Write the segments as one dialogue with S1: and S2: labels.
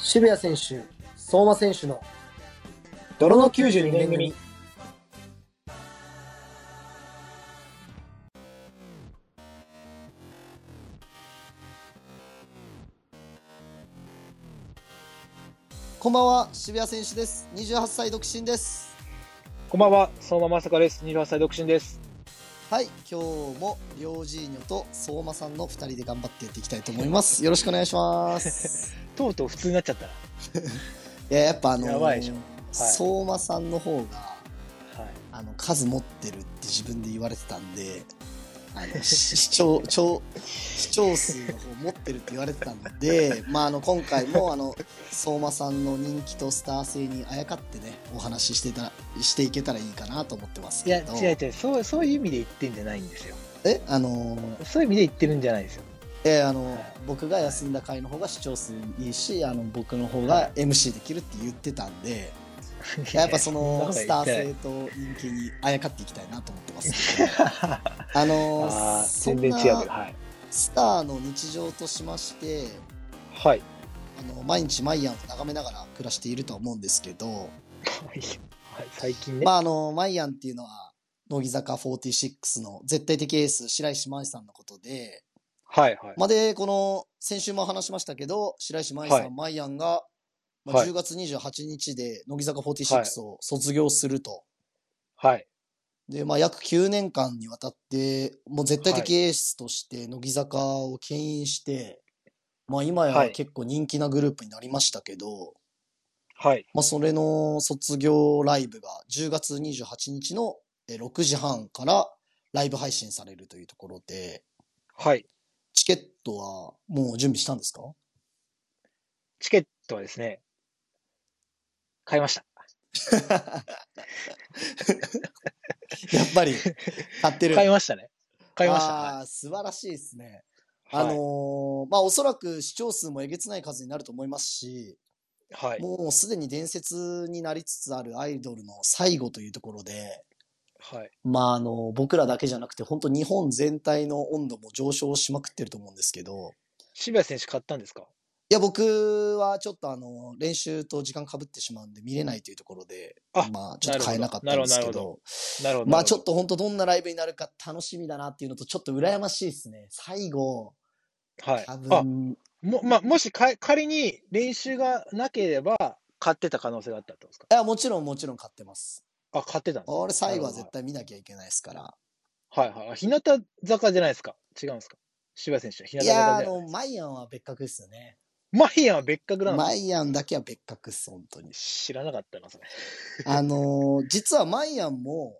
S1: 渋谷選手、相馬選手の
S2: 泥の92年組。
S3: こんばんは、渋谷選手です。28歳独身です。
S2: こんばんは、相馬まさかです。28歳独身です。
S3: はい、今日も両ジーニョと相馬さんの2人で頑張ってやっていきたいと思い ます。よろしくお願いします。
S2: とうとう普通になっちゃった。
S3: いや、やっぱあのー
S2: やばいでしょ
S3: 相馬さんの方が
S2: はい。
S3: あの数持ってるって自分で言われてたんで、あのし 視聴聴視聴数の方持ってるって言われてたんで、まああの今回もあの相馬さんの人気とスター性にあやかってねお話ししてたしていけたらいいかなと思ってます
S2: い
S3: け
S2: や、
S3: ど、
S2: 違う違う、そう、そういう意味で言ってんじゃないんですよ。
S3: えあのー
S2: そういう意味で言ってるんじゃないですよ。
S3: えーあの僕が休んだ回の方が視聴数いいしあの僕の方が MC できるって言ってたん で やっぱそのスター性と人気にあやかっていきたいなと思ってますけど あの
S2: ああ、
S3: そ
S2: 全
S3: ん
S2: 然
S3: な
S2: 違うけど、はい。
S3: スターの日常としまして
S2: はい。
S3: あの毎日毎夜を眺めながら暮らしているとは思うんですけど、
S2: はい最近ね。
S3: まああのマイアンっていうのは乃木坂46の絶対的エース白石麻衣さんのことで
S2: はいはい。
S3: まあで、この、先週も話しましたけど、白石麻衣さん、
S2: はい
S3: マイアンが、ま
S2: は
S3: あ、
S2: い
S3: 10月28日で、乃木坂
S2: はい
S3: 46を卒業すると。
S2: はい。
S3: で、まあ、約9年間にわたって、もう絶対的エースとして、乃木坂を牽引して、まあ、今
S2: は
S3: や
S2: い
S3: 結構人気なグループになりましたけど、
S2: はい。
S3: まあ、それの卒業ライブが10月28日のえー6時半からライブ配信されるというところで、
S2: はい。
S3: チケットはもう準備したんですか
S2: チケットはですね、買いました。
S3: やっぱり、買ってる。
S2: 買いましたね。買いました。
S3: あ
S2: は
S3: ー素晴らしいですね。
S2: い
S3: あのーまあ、おそらく視聴数もえげつない数になると思いますし、
S2: はい。
S3: もうすでに伝説になりつつあるアイドルの最後というところで、
S2: はい。
S3: まあ、あの、僕らだけじゃなくて、本当日本全体の温度も上昇しまくってると思うんですけど、
S2: 渋谷選手買ったんですか
S3: いや、僕はちょっとあの、練習と時間かぶってしまうんで見れないというところで、
S2: あ
S3: まあ、ちょっと買えなかった
S2: なんる
S3: で
S2: ほど
S3: すけ
S2: なるほなるほど。
S3: ど、まあちょっ
S2: と。
S3: と本当どんなライブになるか楽しみだなっていうのとちょっと羨ましいですね。最後、
S2: はい。
S3: 多
S2: あ、
S3: 分、
S2: も、まあ、もしか仮に練習がなければ、買ってた可能性があったってことですか
S3: いや、もちろんもちろん買ってます。
S2: あ、買ってたんです
S3: あれ最後は絶対見なきゃいけないですから。
S2: かはいはい。日向坂じゃないですか違うんですか渋谷選手は日向
S3: い
S2: 坂じゃ
S3: や、
S2: な
S3: あ
S2: い
S3: の、マイアンは別格ですよね。
S2: マイアンは別格なの。
S3: マイアンだけは別格っす、本 当に
S2: 知らなかったな、それ。
S3: あのー、実はマイアンも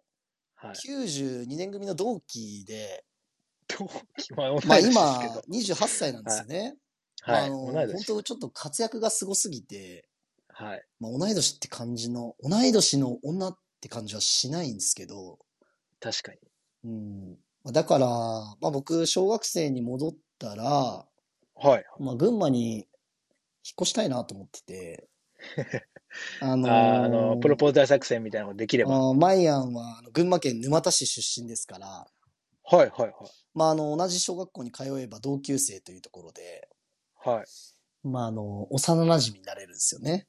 S2: はい。
S3: 92年組の同期で、
S2: 同期は同い
S3: まあ
S2: 年ですけど。
S3: 今28歳 なんですよね。
S2: はい。
S3: まあ
S2: 同
S3: あ
S2: い
S3: のー、本
S2: 年。
S3: 当ちょっと活躍がすごすぎて、
S2: はい。
S3: まあ同い年って感じの、同い年の女って感じはしないんですけど、
S2: 確かに。
S3: うん。まあだから、まあ僕、小学生に戻ったら、
S2: はい。
S3: まあ、群馬に引っ越したいなと思ってて。あの ー
S2: あーあの、プロポーズ大作戦みたいなことできれば。はい
S3: あーマイアンはあの群馬県沼田市出身ですから、
S2: はいはい。
S3: まあ、あの、同じ小学校に通えば同級生というところで、
S2: はい。
S3: まあ、あの、幼馴染になれるんですよね。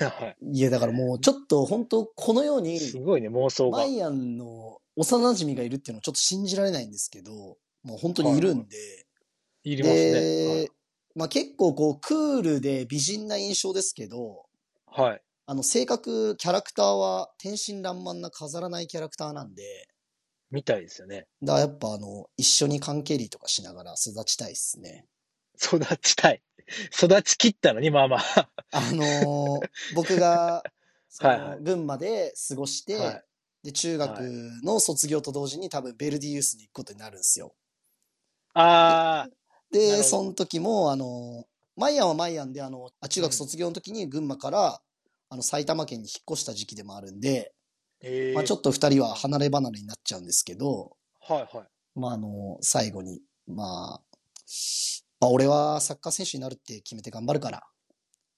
S2: はい
S3: や、だからもうちょっと本当このよう
S2: い。
S3: に、
S2: すごいね、妄想が。
S3: マイアンの幼馴染がいるっていうのはちょっと信じられないんですけど、もう本当にいるんで、
S2: いりますね
S3: で。、まあ、結構こう、クールで美人な印象ですけど、
S2: はい。はい
S3: あの、性格、キャラクターは天真爛漫な飾らないキャラクターなんで、
S2: みたいですよね。
S3: だからやっぱあの、一緒に関係理とかしながら育ちたいっすね。
S2: 育ちたい。育ちきったのに、まあまあ。
S3: あの ー僕が、その
S2: はいはい
S3: 群馬で過ごして、
S2: はい
S3: で、中学の卒業と同時に多分ベルディユースに行くことになるんですよ。
S2: ああ、なるほ
S3: で、
S2: ど
S3: その時も、あのー、マイアンはマイアンで、あの、あ中
S2: うん
S3: 学卒業の時に群馬から、あの、埼玉県に引っ越した時期でもあるんで、
S2: ええ
S3: まあちょっと二人は離れ離れになっちゃうんですけど、
S2: はいはい。
S3: まあ、あの、最後に、まあ、まあ、俺はサッカー選手になるって決めて頑張 るから、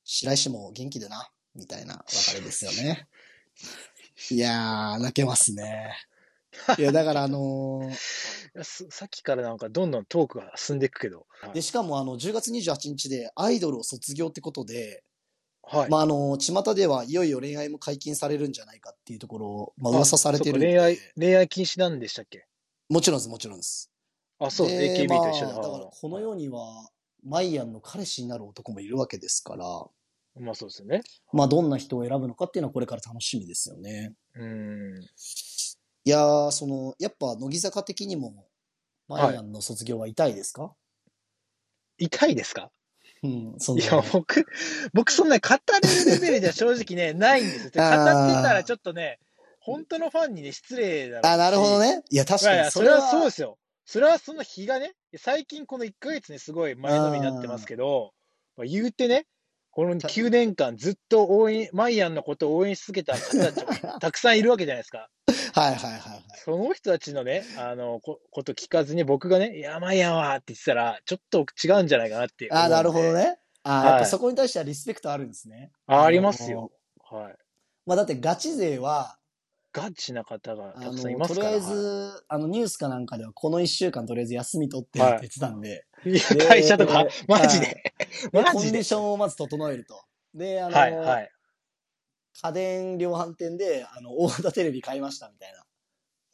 S3: 白石も元気でな、みたいな別れですよね。いやー、泣けますね。いや、だからあのー
S2: いやすさっきからなんかどんどんトークが進んでいくけど。はい
S3: で、しかもあの、10月28日でアイドルを卒業ってことで、
S2: はい。
S3: まああの、巷ではいよいよ恋愛も解禁されるんじゃないかっていうところを、まあ
S2: あ
S3: 噂されてる
S2: そっか恋愛、恋愛禁止なんでしたっけ
S3: もちろんです、もちろんです。
S2: あ、そう、
S3: で
S2: AKB と一緒
S3: まあだからこの世には、マイアンの彼氏になる男もいるわけですから、
S2: うまあそうですよね。
S3: まあどんな人を選ぶのかっていうのはこれから楽しみですよね。
S2: うん。
S3: いやー、その、やっぱ乃木坂的にも、マイアンの卒業は痛いですか、
S2: 痛いですか
S3: うん、その
S2: いや、僕、僕そんな語れるレベルじゃ正直ね、ないんですよ。語ってたらちょっとね、本当のファンにね、失礼だろうし
S3: あ、なるほど。ね。いや、確
S2: いや
S3: か
S2: いや、
S3: に
S2: そ
S3: そ
S2: れ
S3: れ
S2: はそう
S3: は
S2: で、すよ。それはその日がね、最近この1ヶ月ね、すごい前のめりになってますけど、まあ、言うてね、この9年間ずっと応援、マイアンのことを応援し続けた方たち もたくさんいるわけじゃないですか。
S3: はいはいはいはい。
S2: その人たちのね、あの、ここと聞かずに僕がね、いや、マイアンはって言ってたら、ちょっと違うんじゃないかなっていう
S3: あーなるほどね。あーやっ
S2: はい
S3: ぱそこに対してはリスペクトあるんですね。
S2: あありますよ。はい。
S3: まあだってガチ勢は、
S2: ガチな方が
S3: あ
S2: た
S3: の、
S2: くさんいます
S3: と
S2: か
S3: り
S2: ら。
S3: あえず、あのニュースかなんかではこの一週間とりあえず休み取って
S2: はい
S3: って言ってたんで。
S2: はいいや
S3: で
S2: 会社とか、マジで。
S3: で
S2: マ
S3: コン
S2: ジ
S3: デ
S2: で
S3: ィ。ションをまず整えると。で、あの、
S2: はい、はい。
S3: 家電量販店で、あの、大型テレビ買いましたみたい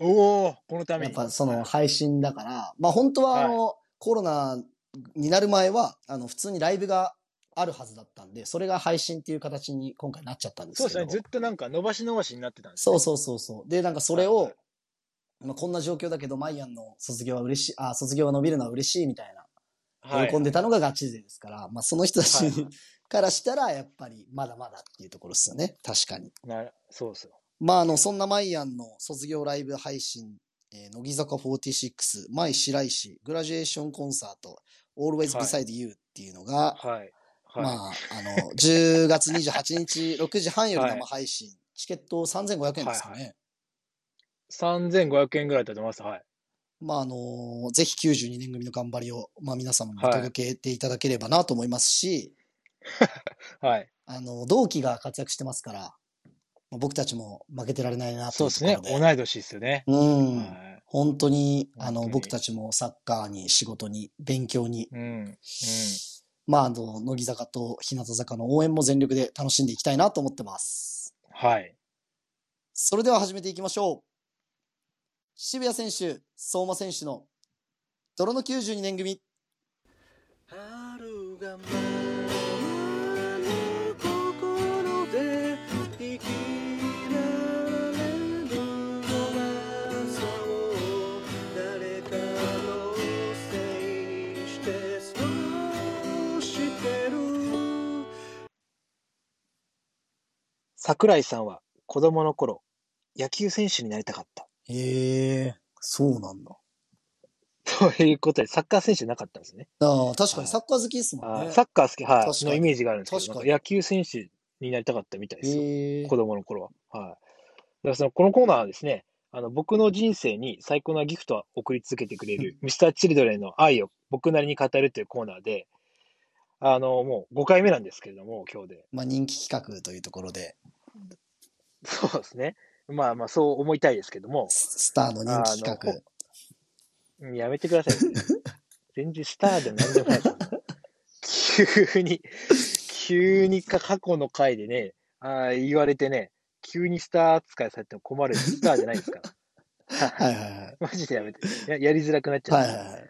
S2: おおこのた
S3: な。
S2: め
S3: やっ
S2: に。
S3: ぱその配信だから、まあ本当はあの、コロナになる前は、あの、普通にライブがあるはずだったんで、それが配信っていう形に今回なっちゃったんです
S2: そ
S3: け
S2: う
S3: ど。
S2: ですね、ずっとなんか伸ばし伸ばしになってたんです、
S3: そ
S2: ね。
S3: うそうそうそう。で、なんかそれ
S2: はいは
S3: を
S2: い、
S3: まあ、こんな状況だけど、マイアンの卒業は嬉しい、あ、卒業が伸びるのは嬉しいみたいな、
S2: はい、
S3: 喜んでたのがガチ勢ですから、まあ、その人た
S2: は
S3: ち
S2: いは
S3: からしたら、やっぱり、まだまだっていうところですよね。確かに。
S2: なそうですよ。
S3: まあ、あの、そんなマイアンの卒業ライブ配信、えー乃木坂46、マイ白石、グラジュエーションコンサート、Always
S2: はい
S3: Beside You っていうのが、
S2: はい。はい。
S3: まあ、あの、10月28日6時半より
S2: はい
S3: 生配信、チケット3500円ですかね。
S2: はい3500円ぐらいだと思います。はい。
S3: まああのぜひ92年組の頑張りを、まあ、皆様も見届けていただければなと思いますし、
S2: はい。
S3: あの同期が活躍してますから、まあ、僕たちも負けてられないなと
S2: そ
S3: いうう
S2: で
S3: と
S2: す
S3: ころ
S2: ね。同
S3: で。
S2: い年ですよね。
S3: うん、
S2: は
S3: 本当にあ
S2: 本
S3: の
S2: 当に
S3: 僕たちもサッカーに仕事に勉強に、
S2: い。うん。うん。
S3: まあ、あの乃木坂と日向坂の応援も全力で楽しんでいきたいなと思ってます。
S2: はい。
S3: それでは始めていきましょう。渋谷選手、相馬選手の泥の92年組。
S4: 春が舞う心で生きられる弱さを誰かのせいにしてそうしてる
S2: 桜井さんは子供の頃、野球選手になりたかった。
S3: ええそうなんだ。
S2: ということで、サッカー選手じゃなかったんですね。
S3: ああ、確か
S2: は
S3: に
S2: い
S3: サッカー好きですもん
S2: あ
S3: ね。
S2: サッカー好き、は
S3: 確か
S2: い。
S3: に
S2: のイメージがあるんですけど、
S3: 確
S2: な
S3: か
S2: ん
S3: に
S2: か野球選手になりたかったみたいですよ。
S3: へえ
S2: 子供の頃は。はい。だからその、このコーナーはですね、あの、僕の人生に最高なギフトを送り続けてくれる、ミスターチルドレンの愛を僕なりに語るというコーナーで、あの、もう5回目なんですけれども、今日で。
S3: まあ人気企画というところで、
S2: そうですね。まあまあ、そう思いたいですけども、
S3: ススターの人気企画。
S2: うんやめてください。 全然スターでも何でもないです。急に、急にか過去の回でね、あー言われてね、急にスター扱いされても困る。スターじゃないですから。
S3: はいはいはい。
S2: マジでやめて。ややりづらくなっちゃう。
S3: はいはいはい。
S2: はいはい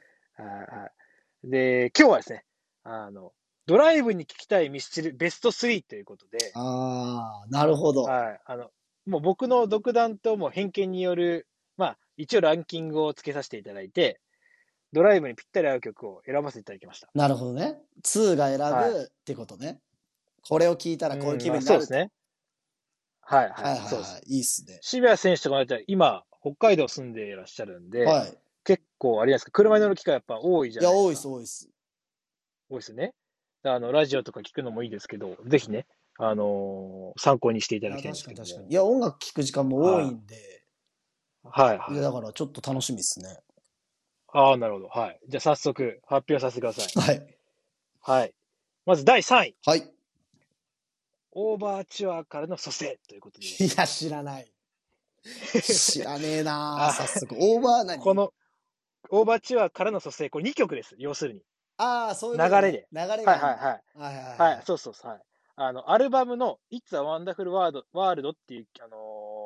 S2: で、今日はですね、あの、ドライブに聞きたいミスチルベスト3ということで、
S3: ああ、なるほど。
S2: はい、あの、もう僕の独断ともう偏見による、まあ、一応ランキングをつけさせていただいて、ドライブにぴったり合う曲を選ばせていただきました。
S3: なるほどね。2が選ぶ、
S2: は
S3: ってことね。これを聞いたらこういう気分
S2: んまあ
S3: にな
S2: そう
S3: る。
S2: ですね。はい、
S3: は
S2: はいい、
S3: はい
S2: そうです
S3: は。い。いいっすね。
S2: 渋谷選手とかだったら今、北海道住んでいらっしゃるんで、
S3: はい。
S2: 結構あれじゃないですか、車に乗る機会やっぱ多いじ
S3: い
S2: ゃな
S3: や、
S2: いですか。
S3: 多いっす、多いっす。
S2: 多いですね。あの、ラジオとか聞くのもいいですけど、ぜひね、あのー参考にしていた
S3: い
S2: だ
S3: や
S2: きたいんで
S3: 確
S2: すけど
S3: かに
S2: も
S3: 確かに。いや、音楽聴く時間も多いんで、
S2: はい、
S3: いや
S2: はい。
S3: だからちょっと楽しみですね。
S2: ああ、なるほど。はい。じゃあ早速、発表させてください。
S3: はい。
S2: はい。まず第3位。
S3: はい。
S2: オーバーチュアからの蘇生ということで。
S3: いや、知らない。知らねえな
S2: あ
S3: あ早速。オーバー何
S2: この、オーバーチュアからの蘇生、これ2曲です、要するに。
S3: ああ、そういうこと
S2: 流れで。
S3: 流れが。は
S2: は
S3: い
S2: いはいはい。
S3: はいはいは。
S2: はいい、そうそうそう。はい、あの、アルバムの It's a Wonderful World, World っていう、あのー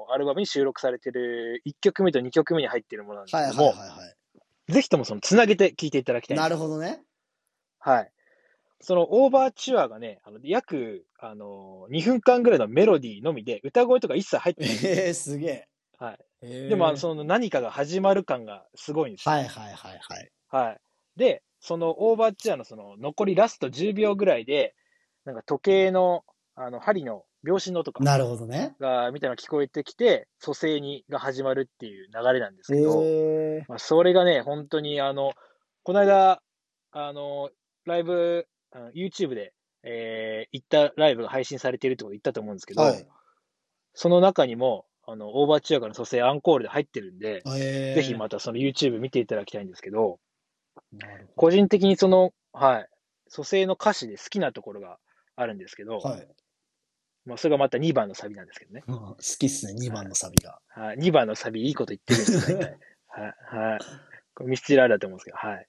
S2: アルバムに収録されてる1曲目と2曲目に入ってるものなんです
S3: はい
S2: け
S3: はい
S2: ども、
S3: はいは
S2: ぜひともその、つなげて聴いていただきた
S3: い。
S2: い。
S3: なるほどね。
S2: はい。そのオーバーチュアがね、あの約、あのー2分間ぐらいのメロディーのみで、歌声とか一切入ってない。
S3: ええ すげえ。
S2: はい、
S3: ええ
S2: でも、あのその何かが始まる感がすごいんですよ。
S3: はいはいはいはい。
S2: はい。で、そのオーバーチュアのその残りラスト10秒ぐらいで、なんか時計の、あの、針の秒針の音か、
S3: なるほどね。
S2: が、みたいなのが聞こえてきて、蘇生に、が始まるっていう流れなんです
S3: え
S2: けど、
S3: え
S2: まあ、それがね、本当に、あの、この間、あの、ライブ、あの YouTube で、えー行ったライブが配信されてるってこと言ったと思うんですけど、
S3: はい。
S2: その中にも、あの、オーバーチュアからの蘇生アンコールで入ってるんで、
S3: ええ
S2: ぜひまたその YouTube 見ていただきたいんですけど、
S3: なる
S2: 個人的にその、はい、蘇生の歌詞で好きなところがあるんですけど、
S3: ほど。はい。
S2: まあ、それがまた2番のサビなんですけどね。
S3: うん好きっすね、2番のサビが。
S2: はい、2番のサビ、いいこと言ってるんですよ、大体はい、はい。これミスチルあるだと思うんですけど、はい。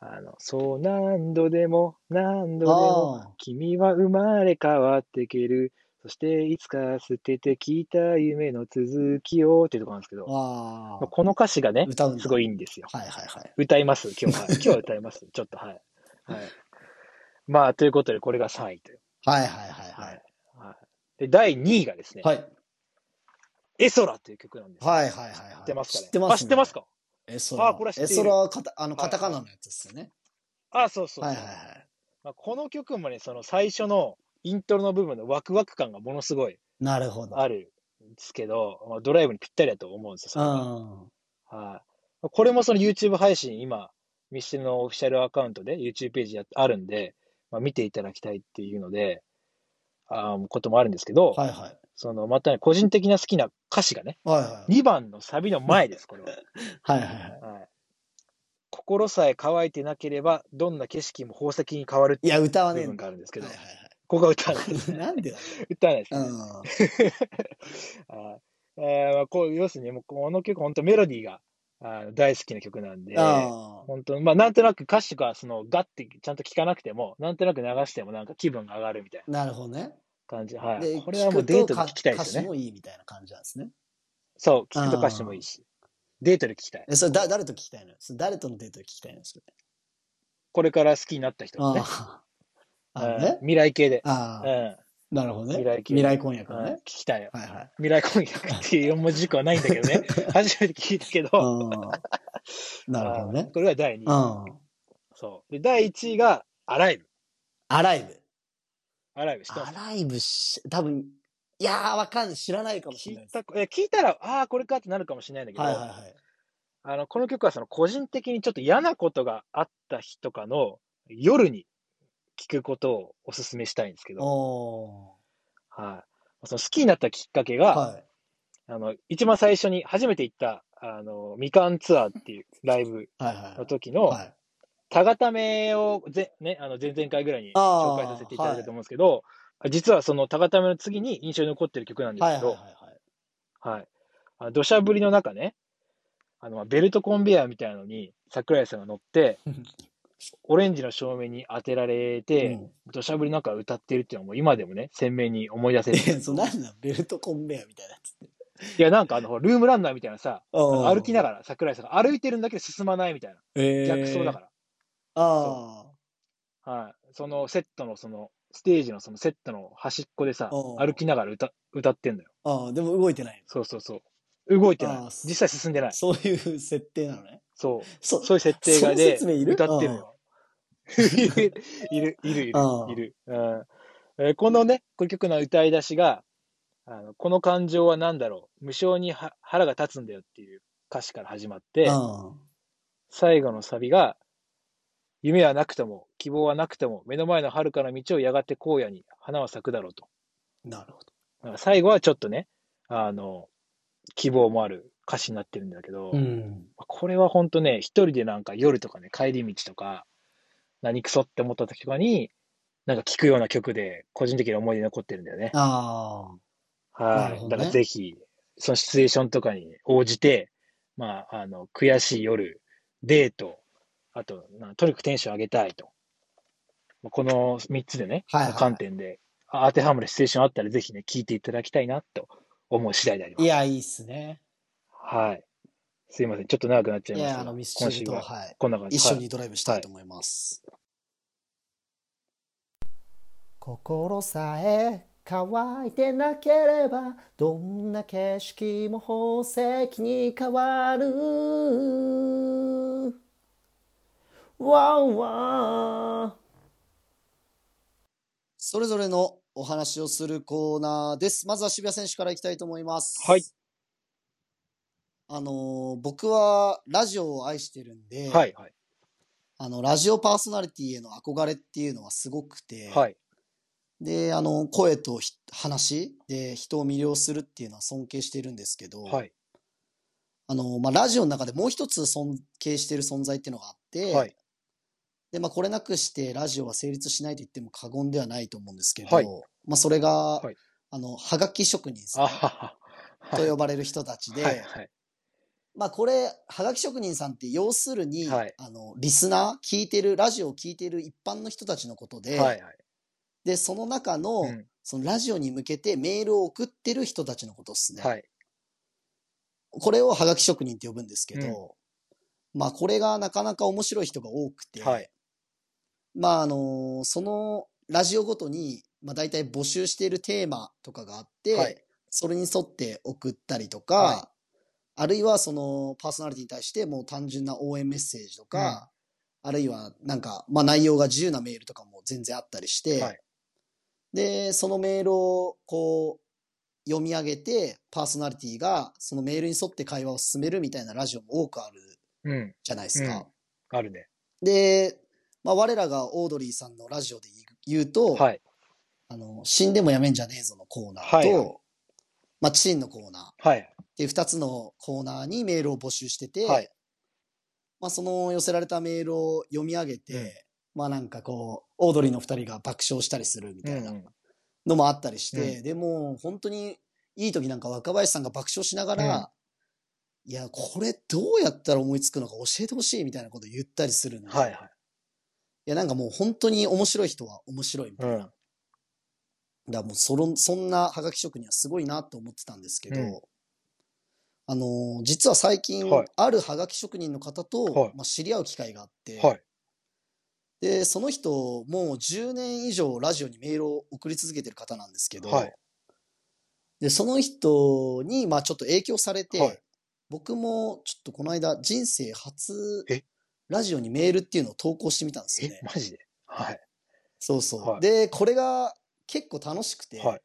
S2: あの、そう何度でも何度でも
S3: ああ。
S2: 君は生まれ変わっていける。そしていつか捨ててきた夢の続きをっていうところなんですけど、
S3: あ
S2: まあ
S3: あ。
S2: この歌詞がね、
S3: 歌うんだ
S2: すごいいいんですよ。
S3: はいはいはい。
S2: 歌います今日 は。今日は歌います。ちょっと、はい。はい。まあ、ということで、これが3位という。
S3: はいはいはいは
S2: はいい。。はい、で、第2位がですね、
S3: はい。
S2: エソラという曲なんです。
S3: はいはいはいはい。
S2: 知ってますかね
S3: 知ってます、
S2: あ、知ってますか
S3: エソラ。
S2: あこれは知ってる
S3: エソラはカタあ
S2: は
S3: の
S2: いは
S3: カ
S2: い
S3: タカナのやつですよね。
S2: あ、そうそうそう
S3: はいはいはい。
S2: まあ、この曲もね、その最初のイントロの部分のワクワク感がものすごい
S3: なるほど。
S2: あるんですけど、まあ、ドライブにぴったりだと思うんですよ。それが
S3: うん。
S2: はいこれもその YouTube 配信、今、ミスチルのオフィシャルアカウントで YouTube ページやあるんで、まあ、見ていただきたいっていうので、あーこともあるんですけど、
S3: はいはい。
S2: そのまたね、個人的な好きな歌詞がね、
S3: はいはい。
S2: 2番のサビの前です、こ れは。
S3: はいはいはい。
S2: はい心さえ乾いてなければ、どんな景色も宝石に変わるって
S3: い
S2: いう
S3: や、歌わ
S2: 部
S3: ねえん
S2: 分
S3: だ。
S2: があるんですけど、
S3: はい
S2: こ
S3: はいはい
S2: こが歌 わないです。
S3: なんでだ
S2: 歌わないです
S3: ろ
S2: ね。
S3: う。
S2: はいえーまあこう要するにね、もうこの曲、本当メロディーがあの大好きな曲なんで
S3: ん。、あ
S2: 本当、まあ、なんとなく歌詞とか、その、ガッてちゃんと聴かなくても、なんとなく流しても、なんか気分が上がるみたいな
S3: あ。なるほどね。
S2: 感じ。は
S3: で
S2: い。これはもうデートで聴きたいです
S3: 聞くと歌詞
S2: よね。
S3: もいいみたいな感じなんですね。
S2: そう、聴くと歌詞もいいし、デートで聴きたい。
S3: え、それだ誰と聞きたいのそれ誰とのデートで聞きたいのそれ。
S2: これから好きになった人のね。
S3: あ あ。あ
S2: う
S3: の
S2: ん
S3: ね。
S2: 未来系で。
S3: あ
S2: う
S3: あ。
S2: ん。
S3: なるほどね。
S2: 未来系
S3: 未来婚約の
S2: 聞
S3: ね。
S2: きたいよ。
S3: はいはい。
S2: 未来婚約っていう4文字熟はないんだけど ね。初めて聞いたけど。
S3: うん。なるほど
S2: あ
S3: ね
S2: ー。これが第
S3: う
S2: 2位。
S3: ん。
S2: そう。で、第1位が、アライブ。
S3: アライブ。
S2: アライブ知ってま
S3: ア
S2: す
S3: ライブし、多分、いやー、わかんない。知らないかもし
S2: 聞
S3: れ
S2: い
S3: ないです。
S2: た、え聞いたら、ああ、これかってなるかもしれないんだけど、
S3: はいはいはい。
S2: あの、この曲はその個人的にちょっと嫌なことがあった日とかの夜に聞くことをお勧めしたいんですけど、
S3: お
S2: はい。その好きになったきっかけ
S3: ー。
S2: が、
S3: はい。
S2: あの、一番最初に初めて行った、あの、みかんツアーっていうライブ
S3: はいはいは
S2: の
S3: い。
S2: 時の、
S3: はい。
S2: タガタメをぜ、ね、あの前々回ぐらいに
S3: あ
S2: 紹
S3: ー
S2: 介させていただいたと思うんですけど、実はそのタガタメの次に印象に残ってる曲なんで
S3: はい
S2: す
S3: は
S2: け
S3: いはい
S2: ど、
S3: はい。
S2: はい。あの土砂降りの中ね、あのまあベルトコンベヤーみたいなのに桜井さんが乗って、 オレンジの照明に当てられ
S3: う
S2: て、
S3: ん
S2: 土砂降りの中歌ってるっていうのはもう今でもね、鮮明に思い出せる。
S3: え、そう、なんなんベルトコンベヤーみたいなやつっ
S2: い
S3: て。
S2: や、なんかあの、ほらルームランナーみたいなさ、歩きな
S3: ら、
S2: がら桜井さんが歩いてるんだけど進まないみたいな。
S3: えー
S2: 逆走だから。
S3: あ
S2: はい。そのセットの、その、ステージのそのセットの端っこでさ、
S3: おう
S2: 歩きながら歌、歌ってんだよ。
S3: あ。ああ、でも動いてない。
S2: そうそうそう。動いて
S3: あ
S2: ない
S3: ー。
S2: 実際進んでない。
S3: そういう設定なのね。
S2: そう。
S3: そ
S2: そういう設定が
S3: その
S2: で、
S3: 説明いる
S2: 歌ってるのよ。 いる、いる、いる、いる
S3: あー
S2: いる。うんえーこのね、この曲の歌い出しが、あのこの感情は何だろう無性には腹が立つんだよっていう歌詞から始まって、
S3: うん。
S2: 最後のサビが、夢はなくとも、希望はなくとも、目の前の遥かな道をやがて荒野に花は咲くだろうと。
S3: なるほ
S2: なんか最後はちょっとね、あの、希望もある歌詞になってるんだけど、
S3: ど。うん。
S2: これは本当ね、一人でなんか夜とかね、帰り道とか、何クソって思った時とかに、なんか聴くような曲で、個人的に思い出に残ってるんだよね。
S3: ああ。
S2: は
S3: なる
S2: い。
S3: ほどね
S2: だからぜひ、そのシチュエーションとかに応じて、まあ、あの、悔しい夜、デート、あと、なとにかくテンション上げたいと。まあこの3つでね、
S3: はいはい
S2: 観点であ当てはまるシチュエーションあったら、ぜひね、聞いていただきたいなと思う次第であります。
S3: いや、いいっすね。
S2: はい。すいません。ちょっと長くなっちゃ
S3: い
S2: いました
S3: や、
S2: が。
S3: あの、ミスチ
S2: 今
S3: ル
S2: 週
S3: と、
S2: は
S3: はい。
S2: こんな感じ。
S3: 一緒
S2: はい
S3: にドライブしたいと思います。
S1: 心さえ乾いてなければどんな景色も宝石に変わるわんわ
S3: それぞれのお話をするコーナーです。まずは渋谷選手からいきたいと思います。
S2: はい。
S3: あのー僕はラジオを愛してるんで、
S2: はい。はい。
S3: あの、ラジオパーソナリティへの憧れっていうのはすごくて、
S2: はい。
S3: で、あの、声とひ話で人を魅了するっていうのは尊敬してるんですけど、
S2: はい。
S3: あの、まあ、ラジオの中でもう一つ尊敬してる存在っていうのがあって、
S2: はい
S3: で、まあ、これなくしてラジオは成立しないと言っても過言ではないと思うんですけど、
S2: はい
S3: まあ、それが、
S2: はい
S3: あの、はがき職人
S2: あ
S3: さ
S2: は
S3: ん
S2: は。
S3: と呼ばれる人たちで、
S2: はい。はい。
S3: まあ、これ、はがき職人さんって要するに、
S2: はい
S3: あの、リスナー、聞いてる、ラジオを聞いてる一般の人たちのことで、
S2: はい。はい。
S3: で、その中の、
S2: うん
S3: そのラジオに向けてメールを送ってる人たちのことですね。
S2: はい。
S3: これをはがき職人って呼ぶんですけど、まあこれがなかなか面白い人が多くて、
S2: はい
S3: まああのそのラジオごとに、まあ大体募集しているテーマとかがあって、
S2: はい
S3: それに沿って送ったりとか、
S2: は
S3: あるいはそのパーソナリティに対してもう単純な応援メッセージとか、あるいはなんか、まあ内容が自由なメールとかも全然あったりして、
S2: はい
S3: で、そのメールをこう、読み上げて、パーソナリティがそのメールに沿って会話を進めるみたいなラジオも多くある
S2: うん。
S3: じゃないですか。
S2: あるね。
S3: で、まあ、我らがオードリーさんのラジオで言うと、
S2: はい。
S3: あの、死んでもやめんじゃねえぞのコーナーと、
S2: はいはい
S3: まあ、チンのコーナーっ
S2: はい。
S3: ていう2つのコーナーにメールを募集してて、
S2: はい
S3: まあ、その寄せられたメールを読み上げて、
S2: うん
S3: まあなんかこう、オードリーの2人が爆笑したりするみ
S2: う
S3: たい
S2: ん
S3: な。
S2: うん。
S3: のもあったりして、
S2: うん
S3: でもう本当にいい時なんか若林さんが爆笑しながら、いや、これどうやったら思いつくのか教えてほしいみたいなこと言ったりするので、
S2: はい。
S3: い
S2: は
S3: や、なんかもう本当に面白い人は面白いみたい
S2: い。う
S3: な。
S2: ん。
S3: だからもうそのそんなハガキ職人はすごいなと思ってたんですけど、
S2: うん
S3: あのー実は最近、
S2: はい
S3: あるハガキ職人の方と、
S2: はい
S3: まあ、知り合う機会があって、
S2: はい。
S3: で、その人、もう10年以上ラジオにメールを送り続けてる方なんですけど、
S2: はい
S3: で、その人に、まあちょっと影響されて、
S2: はい
S3: 僕もちょっとこの間人生初
S2: え、
S3: ラジオにメールっていうのを投稿してみたんですよ
S2: え
S3: ね、。
S2: マジではい。
S3: そうそう、
S2: はい
S3: で、これが結構楽しくて、
S2: はい。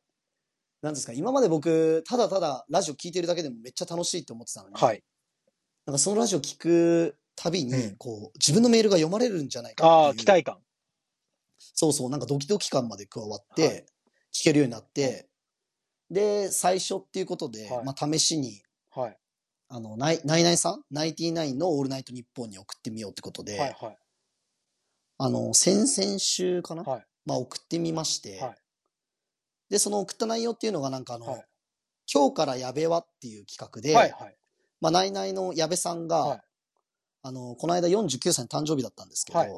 S3: なんですか、今まで僕、ただただラジオ聞いてるだけでもめっちゃ楽しいって思ってたのに、
S2: はい。
S3: なんかそのラジオ聞くたびに、
S2: うん
S3: こう、自分のメールが読まれるんじゃないかっていう
S2: ああ、期待感。
S3: そうそう、なんかドキドキ感まで加わって、
S2: はい
S3: 聞けるようになって、で、最初っていうことで、
S2: はい
S3: まあ試しに、
S2: はい。
S3: あの、ナイナイナイさんナイティナインのオールナイトニッポンに送ってみようってことで、
S2: はい。はい。
S3: あの、先々週かな、
S2: はい
S3: まあ送ってみまして、
S2: はい
S3: で、その送った内容っていうのがなんかあの、
S2: はい
S3: 今日からやべはっていう企画で、
S2: はい。はい。
S3: まあ、ナイナイの矢部さんが、
S2: はい
S3: あの、この間49歳の誕生日だったんですけど、
S2: はい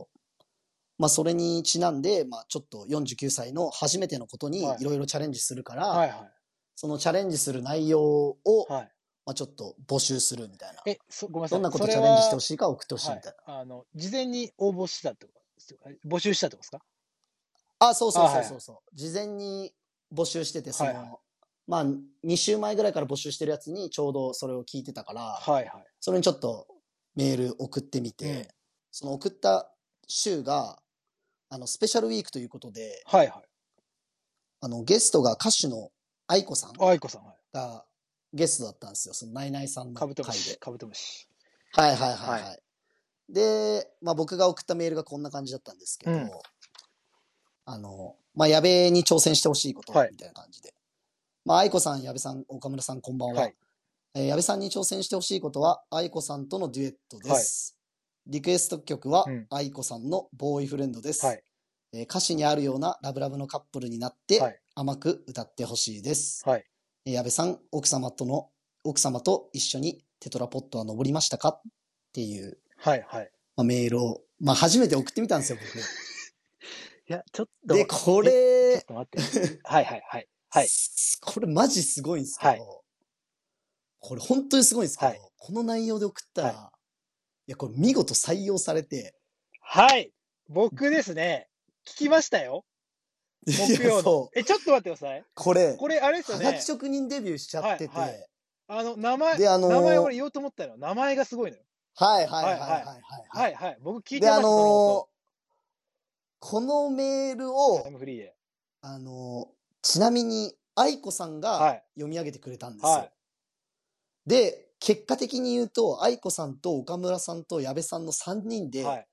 S3: まあ、それにちなんで、まあ、ちょっと49歳の初めてのことに
S2: はい
S3: いろいろチャレンジするから、
S2: はい。は
S3: そのチャレンジする内容を、
S2: い。はい。
S3: まあ、ちょっと募集するみたいな。
S2: え、そ、ごめんなさい。
S3: どんなこと
S2: それ
S3: チャレンジして
S2: は
S3: ほしいか送ってほしいみたいな。
S2: はい、あの事前に応募したってことですよ募集したってことですか
S3: あ、そうそう
S2: あ
S3: そ
S2: はい
S3: うそうそう、事前に募集してて、その、
S2: はいはい
S3: まあ、2週前ぐらいから募集してるやつにちょうどそれを聞いてたから、
S2: はいはい。
S3: それにちょっとメール送ってみて、
S2: うん
S3: その送った週が、あの、スペシャルウィークということで、
S2: はいは
S3: あの、ゲストが歌手の愛子さん
S2: い。あいこさん、は
S3: がゲストだったんですよ。そのナイナイさ
S2: い。
S3: んの
S2: カ
S3: 回
S2: ブ
S3: で
S2: ト。ムシ。カブトムシ。
S3: はいはいはい、は。
S2: はい
S3: で、まあ僕が送ったメールがこんな感じだったんですけど、
S2: うん
S3: あの、まあ矢部に挑戦してほしいこと
S2: はい
S3: みたいな感じで。まあ愛子さん、矢部さん、岡村さんこんばんは。
S2: はい
S3: えー矢部さんに挑戦してほしいことは、愛子さんとのデュエットです。リクエスト曲は
S2: うん、
S3: 愛子さんのボーイフレンドです、
S2: はい。
S3: えー歌詞にあるようなラブラブのカップルになって、
S2: はい
S3: 甘く歌ってほしいです。
S2: はい。
S3: えー矢部さん、奥様との奥様と一緒にテトラポットは登りましたかっていう、
S2: はいはい。
S3: まあ、メールを、まあ、初めて送ってみたんですよ、
S2: いや、ちょっと。
S3: 僕。で、これ
S2: ちょっ、と待って。はいはいはい。はい。
S3: これマジすごいんですけど、
S2: はい
S3: これ本当にすごいんですけど、
S2: はい
S3: この内容で送ったら、
S2: はい
S3: い、や、これ見事採用されて、
S2: はい。僕ですね。聞きましたよ。木
S3: い
S2: 曜
S3: や
S2: の
S3: そ。う
S2: え、ちょっと待ってください。
S3: これ、
S2: これ、あれですよ
S3: はが
S2: ね
S3: き。職人デビューしちゃってて、
S2: は
S3: はいい
S2: はいあの、名前、
S3: であのー
S2: 名前俺言おうと思ったのよ。名前がすごいのよ。
S3: はいはいはいは
S2: はい
S3: いはい。
S2: はいはい。僕聞いて
S3: で、
S2: まし
S3: あ
S2: た、そ
S3: のー
S2: 音
S3: このメール
S2: タイ
S3: を、
S2: ムフリーで。
S3: あのーちなみに、愛子さん
S2: は
S3: が
S2: い
S3: 読み上げてくれたんですよ。
S2: はい。
S3: で、結果的に言うと、愛子さんと岡村さんと矢部さんの3人で、
S2: はい。